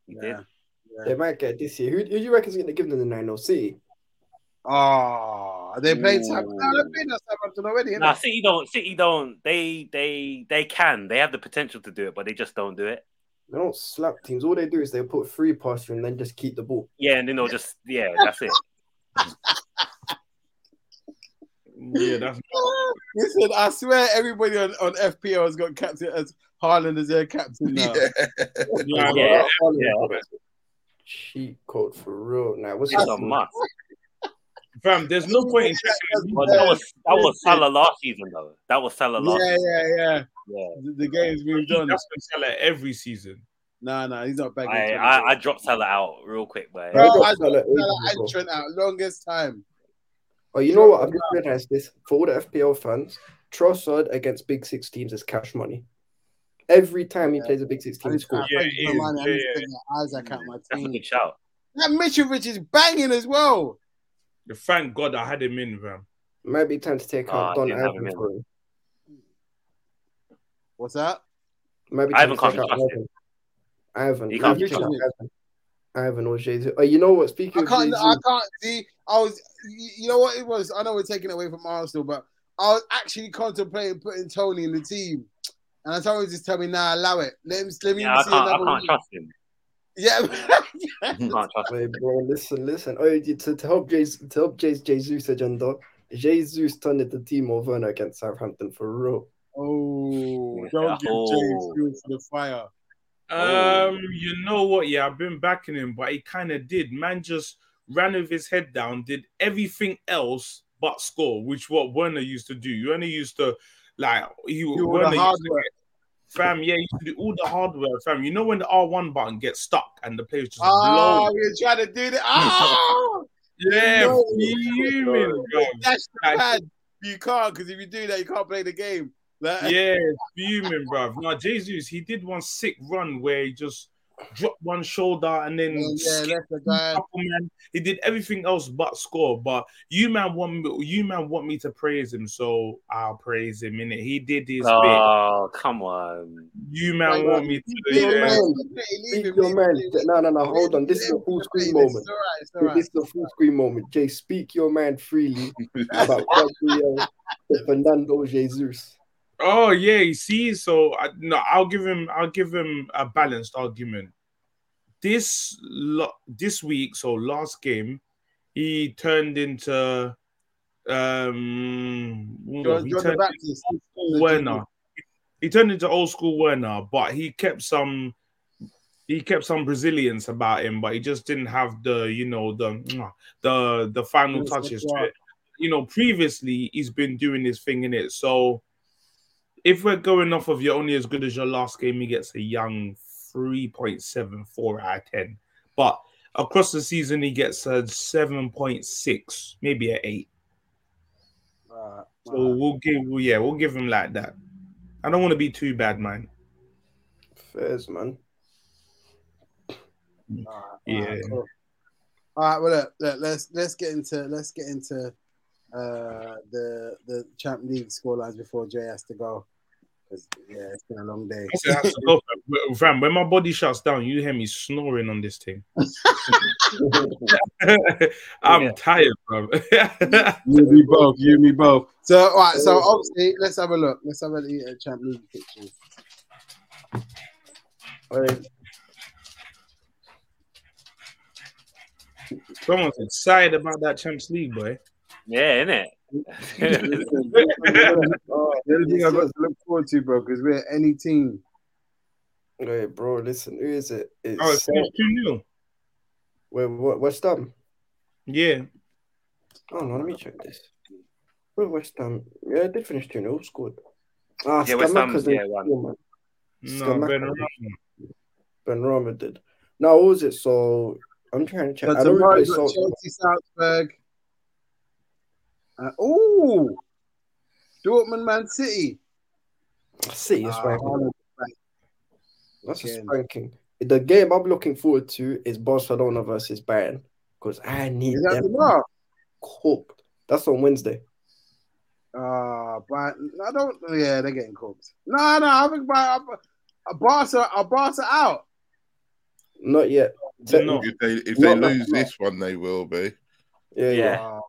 he did.
Yeah.
They might get this year. Who, who do you reckon's going to give them the 9 0? City?
Oh, they played
Ooh.
Southampton. No, they played us Southampton already.
Nah,
innit?
City don't. City don't. They they they can. They have the potential to do it, but they just don't do it.
They don't slap teams. All they do is they put three past you and then just keep the ball.
Yeah, and then they'll just yeah, that's it.
yeah,
[laughs]
that's
Listen, I swear everybody on, on FPL has got captain as Haaland as their [laughs] captain now.
Yeah.
yeah,
Yeah,
yeah. Cheat code for real. Now, what's
It's
his
a
name?
must.
fam. There's no point in checking.
But that was that was Salah last season though. That was Salah last.
Yeah,
season.
yeah, yeah.
Yeah.
The, the game's moved on.
That's been Salah every season.
No, no, he's not back.
I, I I dropped Salah out real quick, but
Bro,
They got
I
Salah
dropped
ages
Salah
ago.
and Trent out longest time.
Oh, you know what? I've just realized this for all the FPL fans. Trossard against big six teams is cash money. Every time he
Yeah.
plays a big six
I
team,
need
he
to put
scores.
Yeah,
Frank
it
on
is.
mine. I
Yeah,
need to
yeah.
put my Isaac out my
that's a
team.
good shout.
That Mitrovic is banging as well.
Thank God I had him in, fam.
Might be time to take
Ah, I
out Don
didn't have
Ivan
him in.
for him.
What's that?
Might be
Ivan
time to
can't
take
be
out
trusted.
Ivan. Ivan.
He
Might
can't
be
be
time to
trusted.
take out Ivan. Ivan or Jay Z. Oh, you know what? Speaking
I
of
can't.
Jay-Z,
I can't see. I was. You you know what it was. I know we're taking it away from Arsenal, but I was actually contemplating putting Tony in the team, and I told him just tell me, "Nah, allow it. Let him. Let me
Yeah, I
see
can't I
another
can't
week."
trust him.
Yeah. [laughs]
I can't trust
Wait, bro, listen, listen. Oh, you- to, to help Jay's to help Jay's Jesus agenda, Jesus turned the team over and against Southampton for real.
oh, don't give
Oh.
James fuel for the fire.
Oh.
Um, you know what? Yeah, I've been backing him, but he kind of did. Man just ran with his head down, did everything else but score, which what Werner used to do. Werner used to like he
You
would
were
Werner
the hard
used to,
work.
fam, yeah, he used to do all the hardware, fam. You know when the R1 button gets stuck and the players just
Oh,
blow.
we're trying to
[laughs]
do that. Oh,
Yeah,
no.
fuming, fam.
that's the
Like-
bad. You can't because if you do that, you can't play the game. Like,
Yeah, fuming, bruv. Now Jesus, he did one sick run where he just dropped one shoulder and then
Yeah, yeah,
skipped
left the guy.
couple, man. He did everything else but score. But you man want me, you man want me to praise him, so I'll praise him. In it, he did his bit.
Oh, come on.
You man
Like,
want me to.
Leave him,
yeah.
man. Leave
Speak
him,
your
leave
man.
him.
No, no, no. Hold on. This is a full screen moment.
It's all right. It's all right.
This is a full screen moment. Jay, speak your man freely
[laughs]
about Gabriel to Fernando Jesus.
Oh yeah, you see. So I, no, I'll give him. I'll give him a balanced argument. This lo- this week, so last game, he turned into um.
John,
he
John the
turned-
Baptist.
old Werner. He turned into old school Werner, but he kept some he kept some Brazilians about him, but he just didn't have the you know the the the final
Yes,
touches
that's
to
right.
it. You know, previously he's been doing his thing in it. So if we're going off of you're only as good as your last game, he gets a young 3.74 out of 10. But across the season, he gets a 7.6, maybe an 8. So we'll give, well, yeah, we'll give him like that. I don't want to be too bad, [laughs] man.
Fairs, man.
Yeah.
All right, well look, look, let's let's get into let's get into uh, the the Champ League scorelines before Jay has to go. 'Cause, Yeah, it's been a long day.
I said, that's enough. But, [laughs] Fam, when my body shuts down, you hear me snoring on this thing. [laughs] I'm
Yeah.
tired, [laughs] bro.
You me both. You me both. So all right, so obviously let's have a look. Let's have
[laughs]
a look at Champ League pictures.
Someone's excited about that Champs League, boy.
Yeah, [laughs] innit?
[laughs] The only thing I've got to look forward to, bro, because we're any team.
Hey, bro, listen. Who is it? It's,
Oh, it's
uh,
finished 2 0.
where, what, West Ham.
Yeah.
Oh no, let me check this. Where West Ham? Yeah, they finished 2 0 scored. Ah,
Yeah, West Ham,
Scamacca's in
yeah, one.
goal, man.
No, um, Ben
Scamacca.
Rama.
Ben Rama did. Now, what was it? So I'm trying to check.
So
I don't
tomorrow
play
we've got
Salt.
Chelsea, Salzburg. Uh, ooh, Dortmund, Man City.
City is
Ah,
ranking. That's
again.
a ranking. The game I'm looking forward to is Barcelona versus Bayern because I need
Is that
them
tomorrow?
cooked. That's on Wednesday.
Uh, but I don't. Yeah, they're getting cooked. No, no, I think by a Barca, a Barca out.
Not yet.
They're not.
If they if they
No, no,
lose
no.
this one, they will be.
Yeah, yeah.
Yeah.
Uh,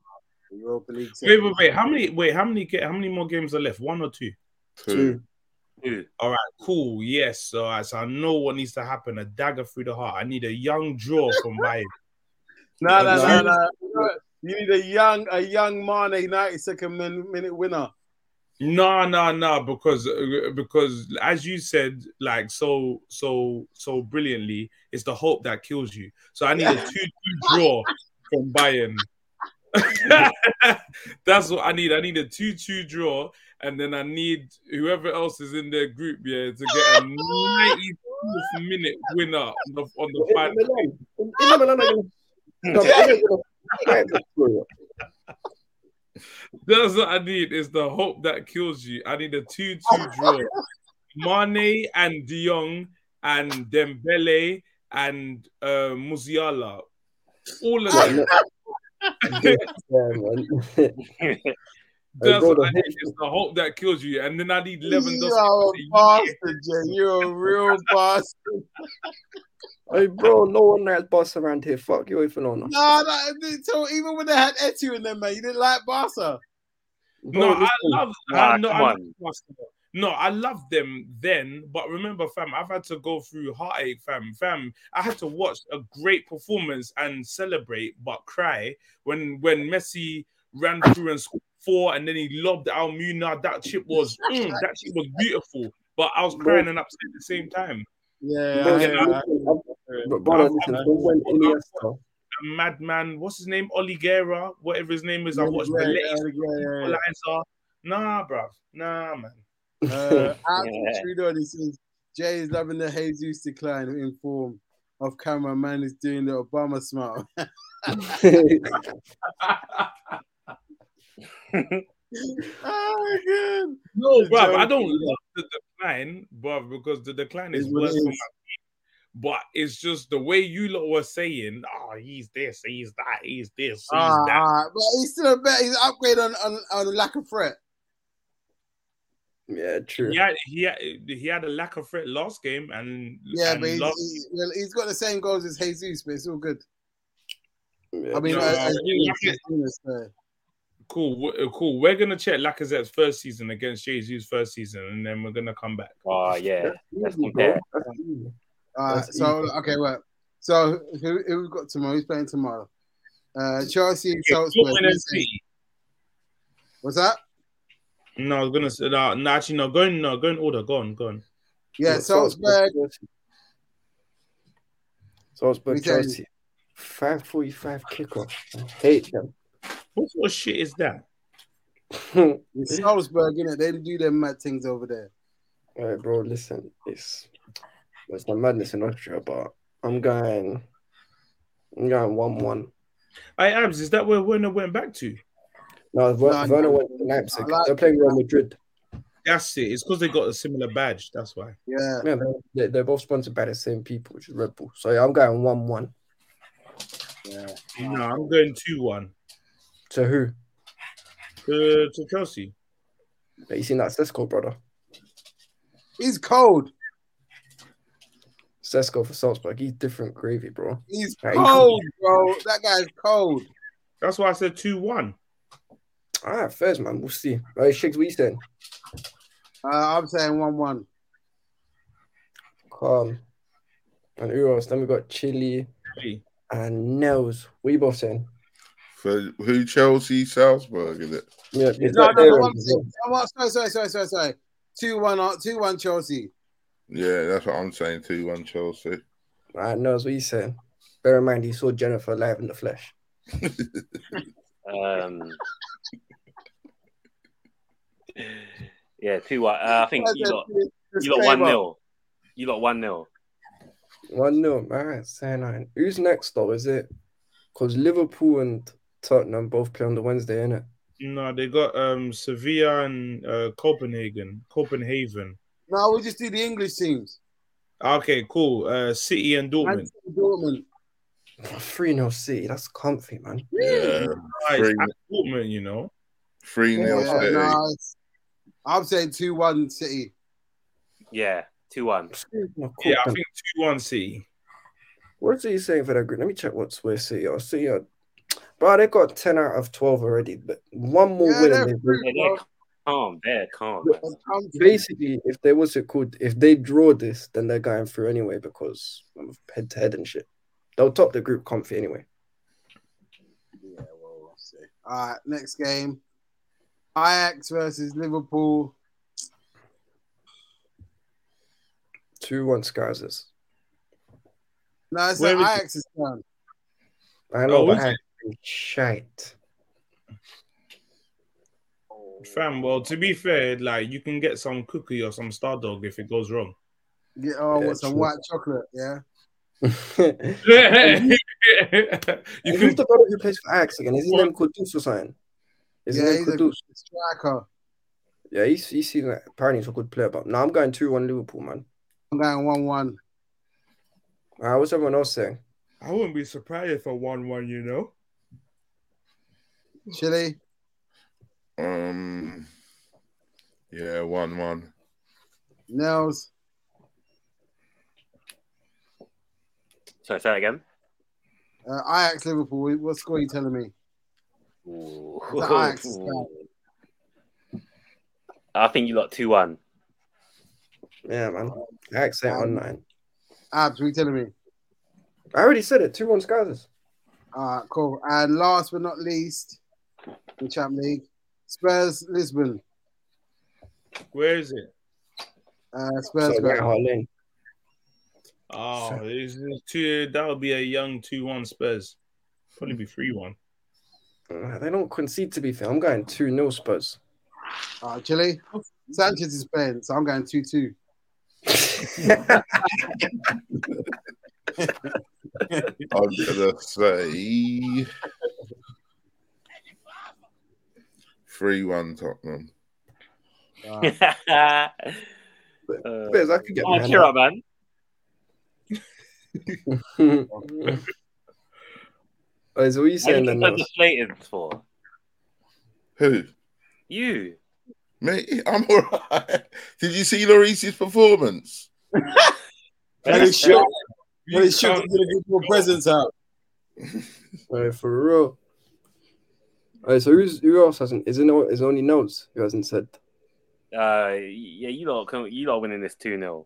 Europa League.
Wait, wait, wait. How many? Wait, how many? Get how many more games are left? One or two?
Two.
Ooh,
All right, cool. Yes. So, I- so I know what needs to happen. A dagger through the heart. I need a young draw from Bayern.
No, no, no,
Two.
no. You need a young, a young Mane, ninety-second min- minute winner.
No, no, no, because uh, because as you said, like so so so brilliantly, it's the hope that kills you. So I need a two-two draw from Bayern. [laughs] That's what I need. I need a two-two draw, and then I need whoever else is in their group, yeah, to get a 94th minute winner on the, on the
Inter
final.
Milan. Inter Milan are gonna- No, Inter Milan are gonna-
That's what I need. Is the hope that kills you. I need a two-two draw. Mane and De Jong and Dembele and uh, Musiala. All of
Right,
them.
no. Yeah, man.
That's
bro,
what I
the
need. It's the hope that kills you. And then I need
you
Lewandowski.
are
for the
a
year.
bastard, Jay. You're a [laughs] real bastard.
[laughs] Hey, bro, no one likes boss around here. Fuck you, if you don't know.
No, no. So even when they had Etu in them, man, you didn't like Barca.
No, I
listen.
love.
Nah,
I, no, I
come
love
on.
Barcelona. no, I love them then, but remember, fam, I've had to go through heartache, fam, fam. I had to watch a great performance and celebrate, but cry when when Messi ran through and scored four, and then he lobbed Almuna. That chip
[laughs]
was mm, that chip was beautiful, but I was crying and upset at the same time.
Yeah,
Bro,
I-
yeah,
listen,
I-
I'm- bro, brother, listen, from when Iniesta,
A madman, what's his name? Oliguera, whatever his name is. I
Yeah,
watched the
yeah, yeah,
latest
yeah, yeah.
equalizer. Nah, bruv, nah, man.
[laughs] Uh, Alex
Yeah.
Trudeau, he says, Jay is loving the Jesus decline in form of camera. Man is doing the Obama smile. [laughs] oh, good.
No,
The
bruv, I
joke
don't
is-
love the decline, bruv, because the decline is
Is what
worse
it
for my
is.
team. But it's just the way you lot were saying, oh, he's this, he's that, he's this, he's
Ah,
that.
but he's still a better. He's an upgrade on, on, on lack of threat.
[laughs] Yeah, true.
He had, he, had, he had a lack of threat last game, and
Yeah,
and
but he's,
last-
he, well, he's got the same goals as Jesus, but it's all good.
Yeah.
I mean,
No,
uh,
I
as
think
Jesus, uh,
cool, w- uh, cool. We're gonna check Lacazette's first season against Jesus' first season, and then we're gonna come back.
Oh yeah, let's
Easy,
compare.
bro. That's easy.
uh,
That's
so okay, well, so who who we've got tomorrow? Who's playing tomorrow? Uh, Chelsea and Salzburg.
Dortmund and City.
What's that?
No, I was gonna say no, no, actually no, go in, no, go in order, go on, go on.
Yeah, Salzburg.
Salzburg,
We tell you.
Chelsea. 545 kickoff. I hate them.
What sort of shit is that?
It's
[laughs]
Salzburg, innit? They do their mad things over there.
All right, bro, listen. It's it's the madness in Austria, but I'm going I'm going one one.
Hey Abs, is that where Werner went back to?
No,
No,
Ver-
no,
Werner
no.
went to Leipzig.
I like-
They're playing Real Madrid.
That's it. It's because they got a similar badge. That's why.
Yeah.
Yeah, they- they're both sponsored by the same people, which is Red Bull. So yeah, I'm going one one.
No, I'm going two one uh,
To who?
to to Chelsea.
But you seen that Cesco brother?
He's cold.
Cesco for Salzburg. He's different gravy, bro.
He's
Right.
cold, bro. That guy's cold.
That's why I said two one.
All right, first man, we'll see. All right, Shiggs, what you saying?
Uh, I'm saying one-one.
Calm. And who else? Then we got Chile
Hey,
and Nels. What you both saying?
For who? Chelsea, Salzburg, is it?
Yeah, it's
No,
not
no,
there,
no, I'm
is
saying- oh, well, sorry, sorry, sorry, sorry, sorry. Two-one, uh, two-one Chelsea.
Yeah, that's what I'm saying. Two one Chelsea.
it? All right, Nels, what you saying? Bear in mind, he saw Jennifer live in the flesh.
Um, yeah, two one. Uh, I think you got you got one nil. You got one nil.
One nil. All right, say nine. Who's next though? Is it because Liverpool and Tottenham both play on the Wednesday, innit? [laughs]
No, they got um Sevilla and uh, Copenhagen, Copenhagen.
No, we just do the English teams.
Okay, cool. Uh, City and
Man
Dortmund.
City, Dortmund.
Three 0 City. That's comfy, man.
Yeah,
Guys,
three,
Ah, at Dortmund, you know.
three nil
Yeah,
City.
no, it's- I'm saying two-one City.
Yeah, two one.
Yeah, I think two one City.
What's he saying for that group? Let me check what's where City are. City are, bro. They got ten out of twelve already, but one more
Yeah,
win.
they're
And they
free.
Yeah, they're calm. They're calm.
Yeah.
And I'm saying-
basically, if they was it called, if they draw this, then they're going through anyway because of head to head and shit. They'll top the group comfy anyway.
Yeah, well, we'll see. All right, next game. Ajax versus Liverpool.
Two one Scousers.
No, it's
Where
not
is it?
Ajax's turn.
I know,
Oh,
but
is
I
[laughs]
shite.
Fam, well, to be fair, like you can get some cookie or some star dog if it goes [laughs] wrong.
Yeah, oh,
Yeah,
with some
true.
white chocolate, yeah?
Who's
you can
the brother who plays for Ajax again? Is his
What?
name Kudus or something? Is
Yeah,
his name
he's a-
Kudus?
Striker.
Yeah, he's he's seen that. Apparently, he's a good player. But no, I'm going two one Liverpool, man.
I'm going 1 1.
Uh, what's everyone else saying?
I wouldn't be surprised if a one-one, you know.
Chile.
Um, yeah, one one.
Nels.
Sorry, say that again.
Uh, Ajax Liverpool. What score are you telling me?
Ooh.
Nice, nice.
[laughs] I think you got two one. [laughs]
Yeah, man. Ajax ain't
Um,
on nine.
Abs, what are you telling me?
I already said it. Two one Scousers.
All right, cool. And last but not least, the Champ League. Spurs Lisbon.
Where is it?
Uh,
So
Spurs.
White
Spurs.
Hart Lane.
Oh, it's it's two. That would be a young two-one Spurs. Probably be three-one.
Uh, They don't concede to be fair. I'm going two 0
[laughs]
Spurs. [laughs]
All right, Chile. Sanchez is playing, so I'm going 2 2.
I'm gonna say three one Tottenham.
Uh,
Spurs, I could get
oh,
behind
Oh,
[laughs]
cheer
that.
up, man.
Oh, is what
What
you
are
saying
you
then?
so
Nas?
deflated for?
Who?
You.
Me? I'm all right. [laughs] Did you see Lloris's performance?
When
[laughs]
it shook, when it shook, you're gonna get your presents out.
Right, for real. Alright, so who's, who else hasn't? Is it no, is it only notes who hasn't said?
Uh, yeah, you lot, come- you lot winning this 2 0.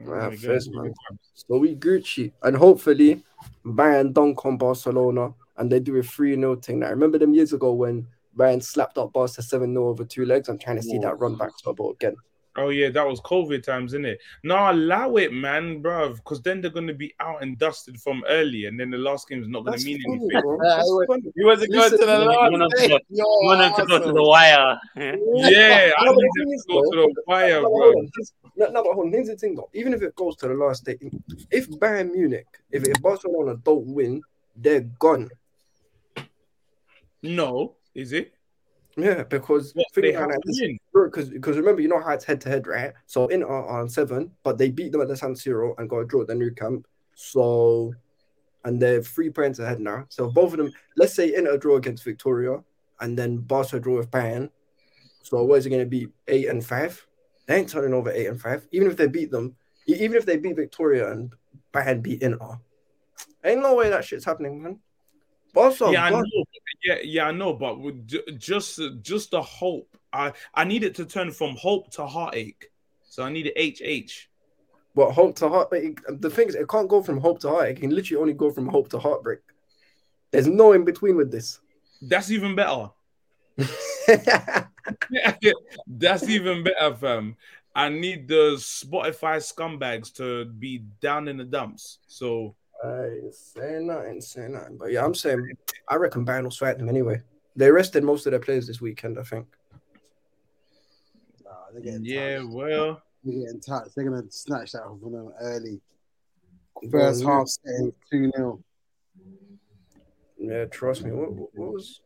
Wow, first man. So we Gucci and hopefully Bayern dunk on Barcelona and they do a 3 0 thing. Now, I remember them years ago when Bayern slapped up Barca 7 0 over two legs. I'm trying to see that run back to about again.
Oh yeah, that was COVID times, isn't it? No, allow it, man, bruv, because then they're gonna be out and dusted from early, and then the last game's not gonna
That's
mean
[laughs] funny,
anything.
bro.
Yeah,
That's
it
funny.
He wasn't going to the
Listen,
last
you wanna
day.
go-
Yo,
You want them to go to the
Arsenal.
wire.
Yeah, I need
No, but the
them
thing
to
is,
go to
though,
the wire,
no, but
bro.
hold on. Here's- No, no, but hold on. Here's the thing, though. Even if it goes to the last day, if Bayern Munich, if, if Barcelona don't win, they're gone.
No, is it?
Yeah, because
What,
think
they
about
have
it,
to
this-
win.
because because remember you know how it's head to head, right? So Inter are on seven, but they beat them at the San Siro and got a draw at the new camp. So and they're three points ahead now. So both of them, let's say Inter draw against Victoria and then Barca draw with Bayern. So what is it going to be? Eight and five. They ain't turning over eight and five. Even if they beat them, e- even if they beat Victoria and Bayern beat Inter, ain't no way that shit's happening, man. Barca,
yeah, I know.
gone.
but- Yeah, yeah, I know. But with ju- just just the hope. I I need it to turn from hope to heartache. So I need H H.
But hope to heart. but it- The thing is, it can't go from hope to heart. It can literally only go from hope to heartbreak. There's no in between with this.
That's even better. [laughs]
yeah,
That's even better, fam. I need the Spotify scumbags to be down in the dumps. So
say nothing, say nothing. But yeah, I'm saying I reckon Bayern will swipe them anyway. They arrested most of their players this weekend, I think.
Nah, they're getting
yeah,
touched.
well,
they're getting touched. They're gonna snatch that from them early.
Well,
First
yeah.
half, setting two 0
Yeah, trust me. What, what what was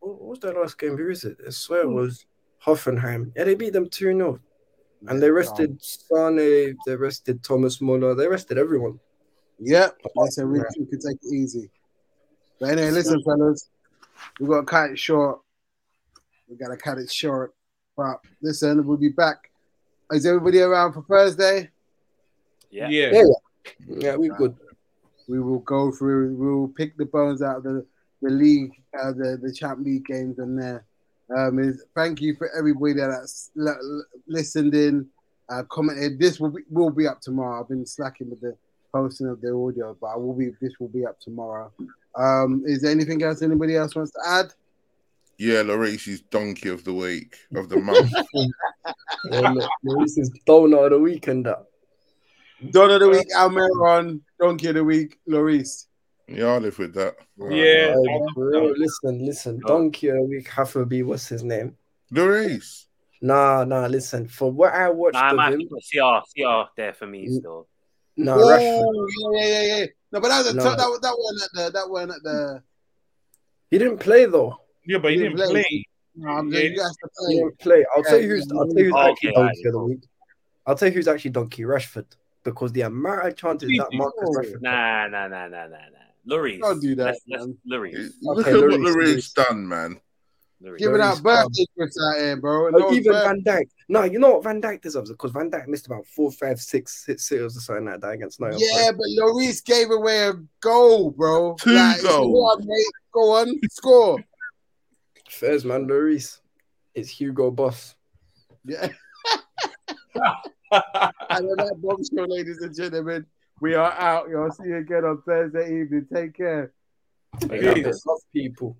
what was their last game? Who is it? I swear it was Hoffenheim. Yeah, they beat them 2 0. And they arrested Sane, they arrested Thomas Muller, they arrested everyone.
Yep, that's a we you can take it easy. But anyway, listen, fellas, we got to cut it short. We got to cut it short. But listen, we'll be back. Is everybody around for Thursday?
yeah.
Yeah.
Yeah, we good.
We will go through. We will pick the bones out of the the league, uh, the the Champ League games, and there. Um, is thank you for everybody that's l- l- listened in, uh, commented. This will be will be up tomorrow. I've been slacking with the posting of the audio, but I will be. This will be up tomorrow. Um, is there anything else anybody else wants to add?
Yeah, Lloris's donkey of the week of the month.
Yeah, look, man, this is donut of the weekend. uh, That
Don of the week, Almeron. Donkey of the week, Loris.
yeah, I live with that. Right.
Yeah.
Like, bro, listen, listen. Donkey of the week, Hafferby, what's his name?
Lloris.
Nah, nah. Listen, for what I watched
Nah, I
of
might
him,
put CR, CR there for me still.
nah, Uh, Rashford.
Oh, yeah, yeah, yeah, yeah. No, but that was a
No.
that was that one at the that one at the.
He didn't play though.
yeah, but he didn't play.
No, I'm
Yeah.
you guys to
He
play.
didn't play. I'll
Yeah,
tell you who's.
yeah.
I'll tell you who's
Okay,
actually
alright,
donkey of the week. I'll tell you who's actually donkey Rashford because the amount of chances that Marcus Rashford.
Nah, nah, nah, nah, nah, nah. Lloris.
Don't do that,
Let's, let's,
man.
Lloris.
Look
Okay,
at what
Lloris,
Lloris done, man.
Lloris.
Giving
Very
out birthday gifts out here, bro.
um, Like
No
Oh, even
birth-
Van Dyke. No, you know what Van Dyke deserves it because Van Dyke missed about four, five, six, six sales or something like that against Nottingham.
yeah, but Lloris gave away a goal, bro.
Two goals.
Go on, mate. Go on, score.
First man, Lloris. It's Hugo Boss.
Yeah. [laughs]
[laughs]
and on that bombshell, ladies and gentlemen, we are out. Y'all see you again on Thursday evening. Take care.
Like,
Peace.
love people.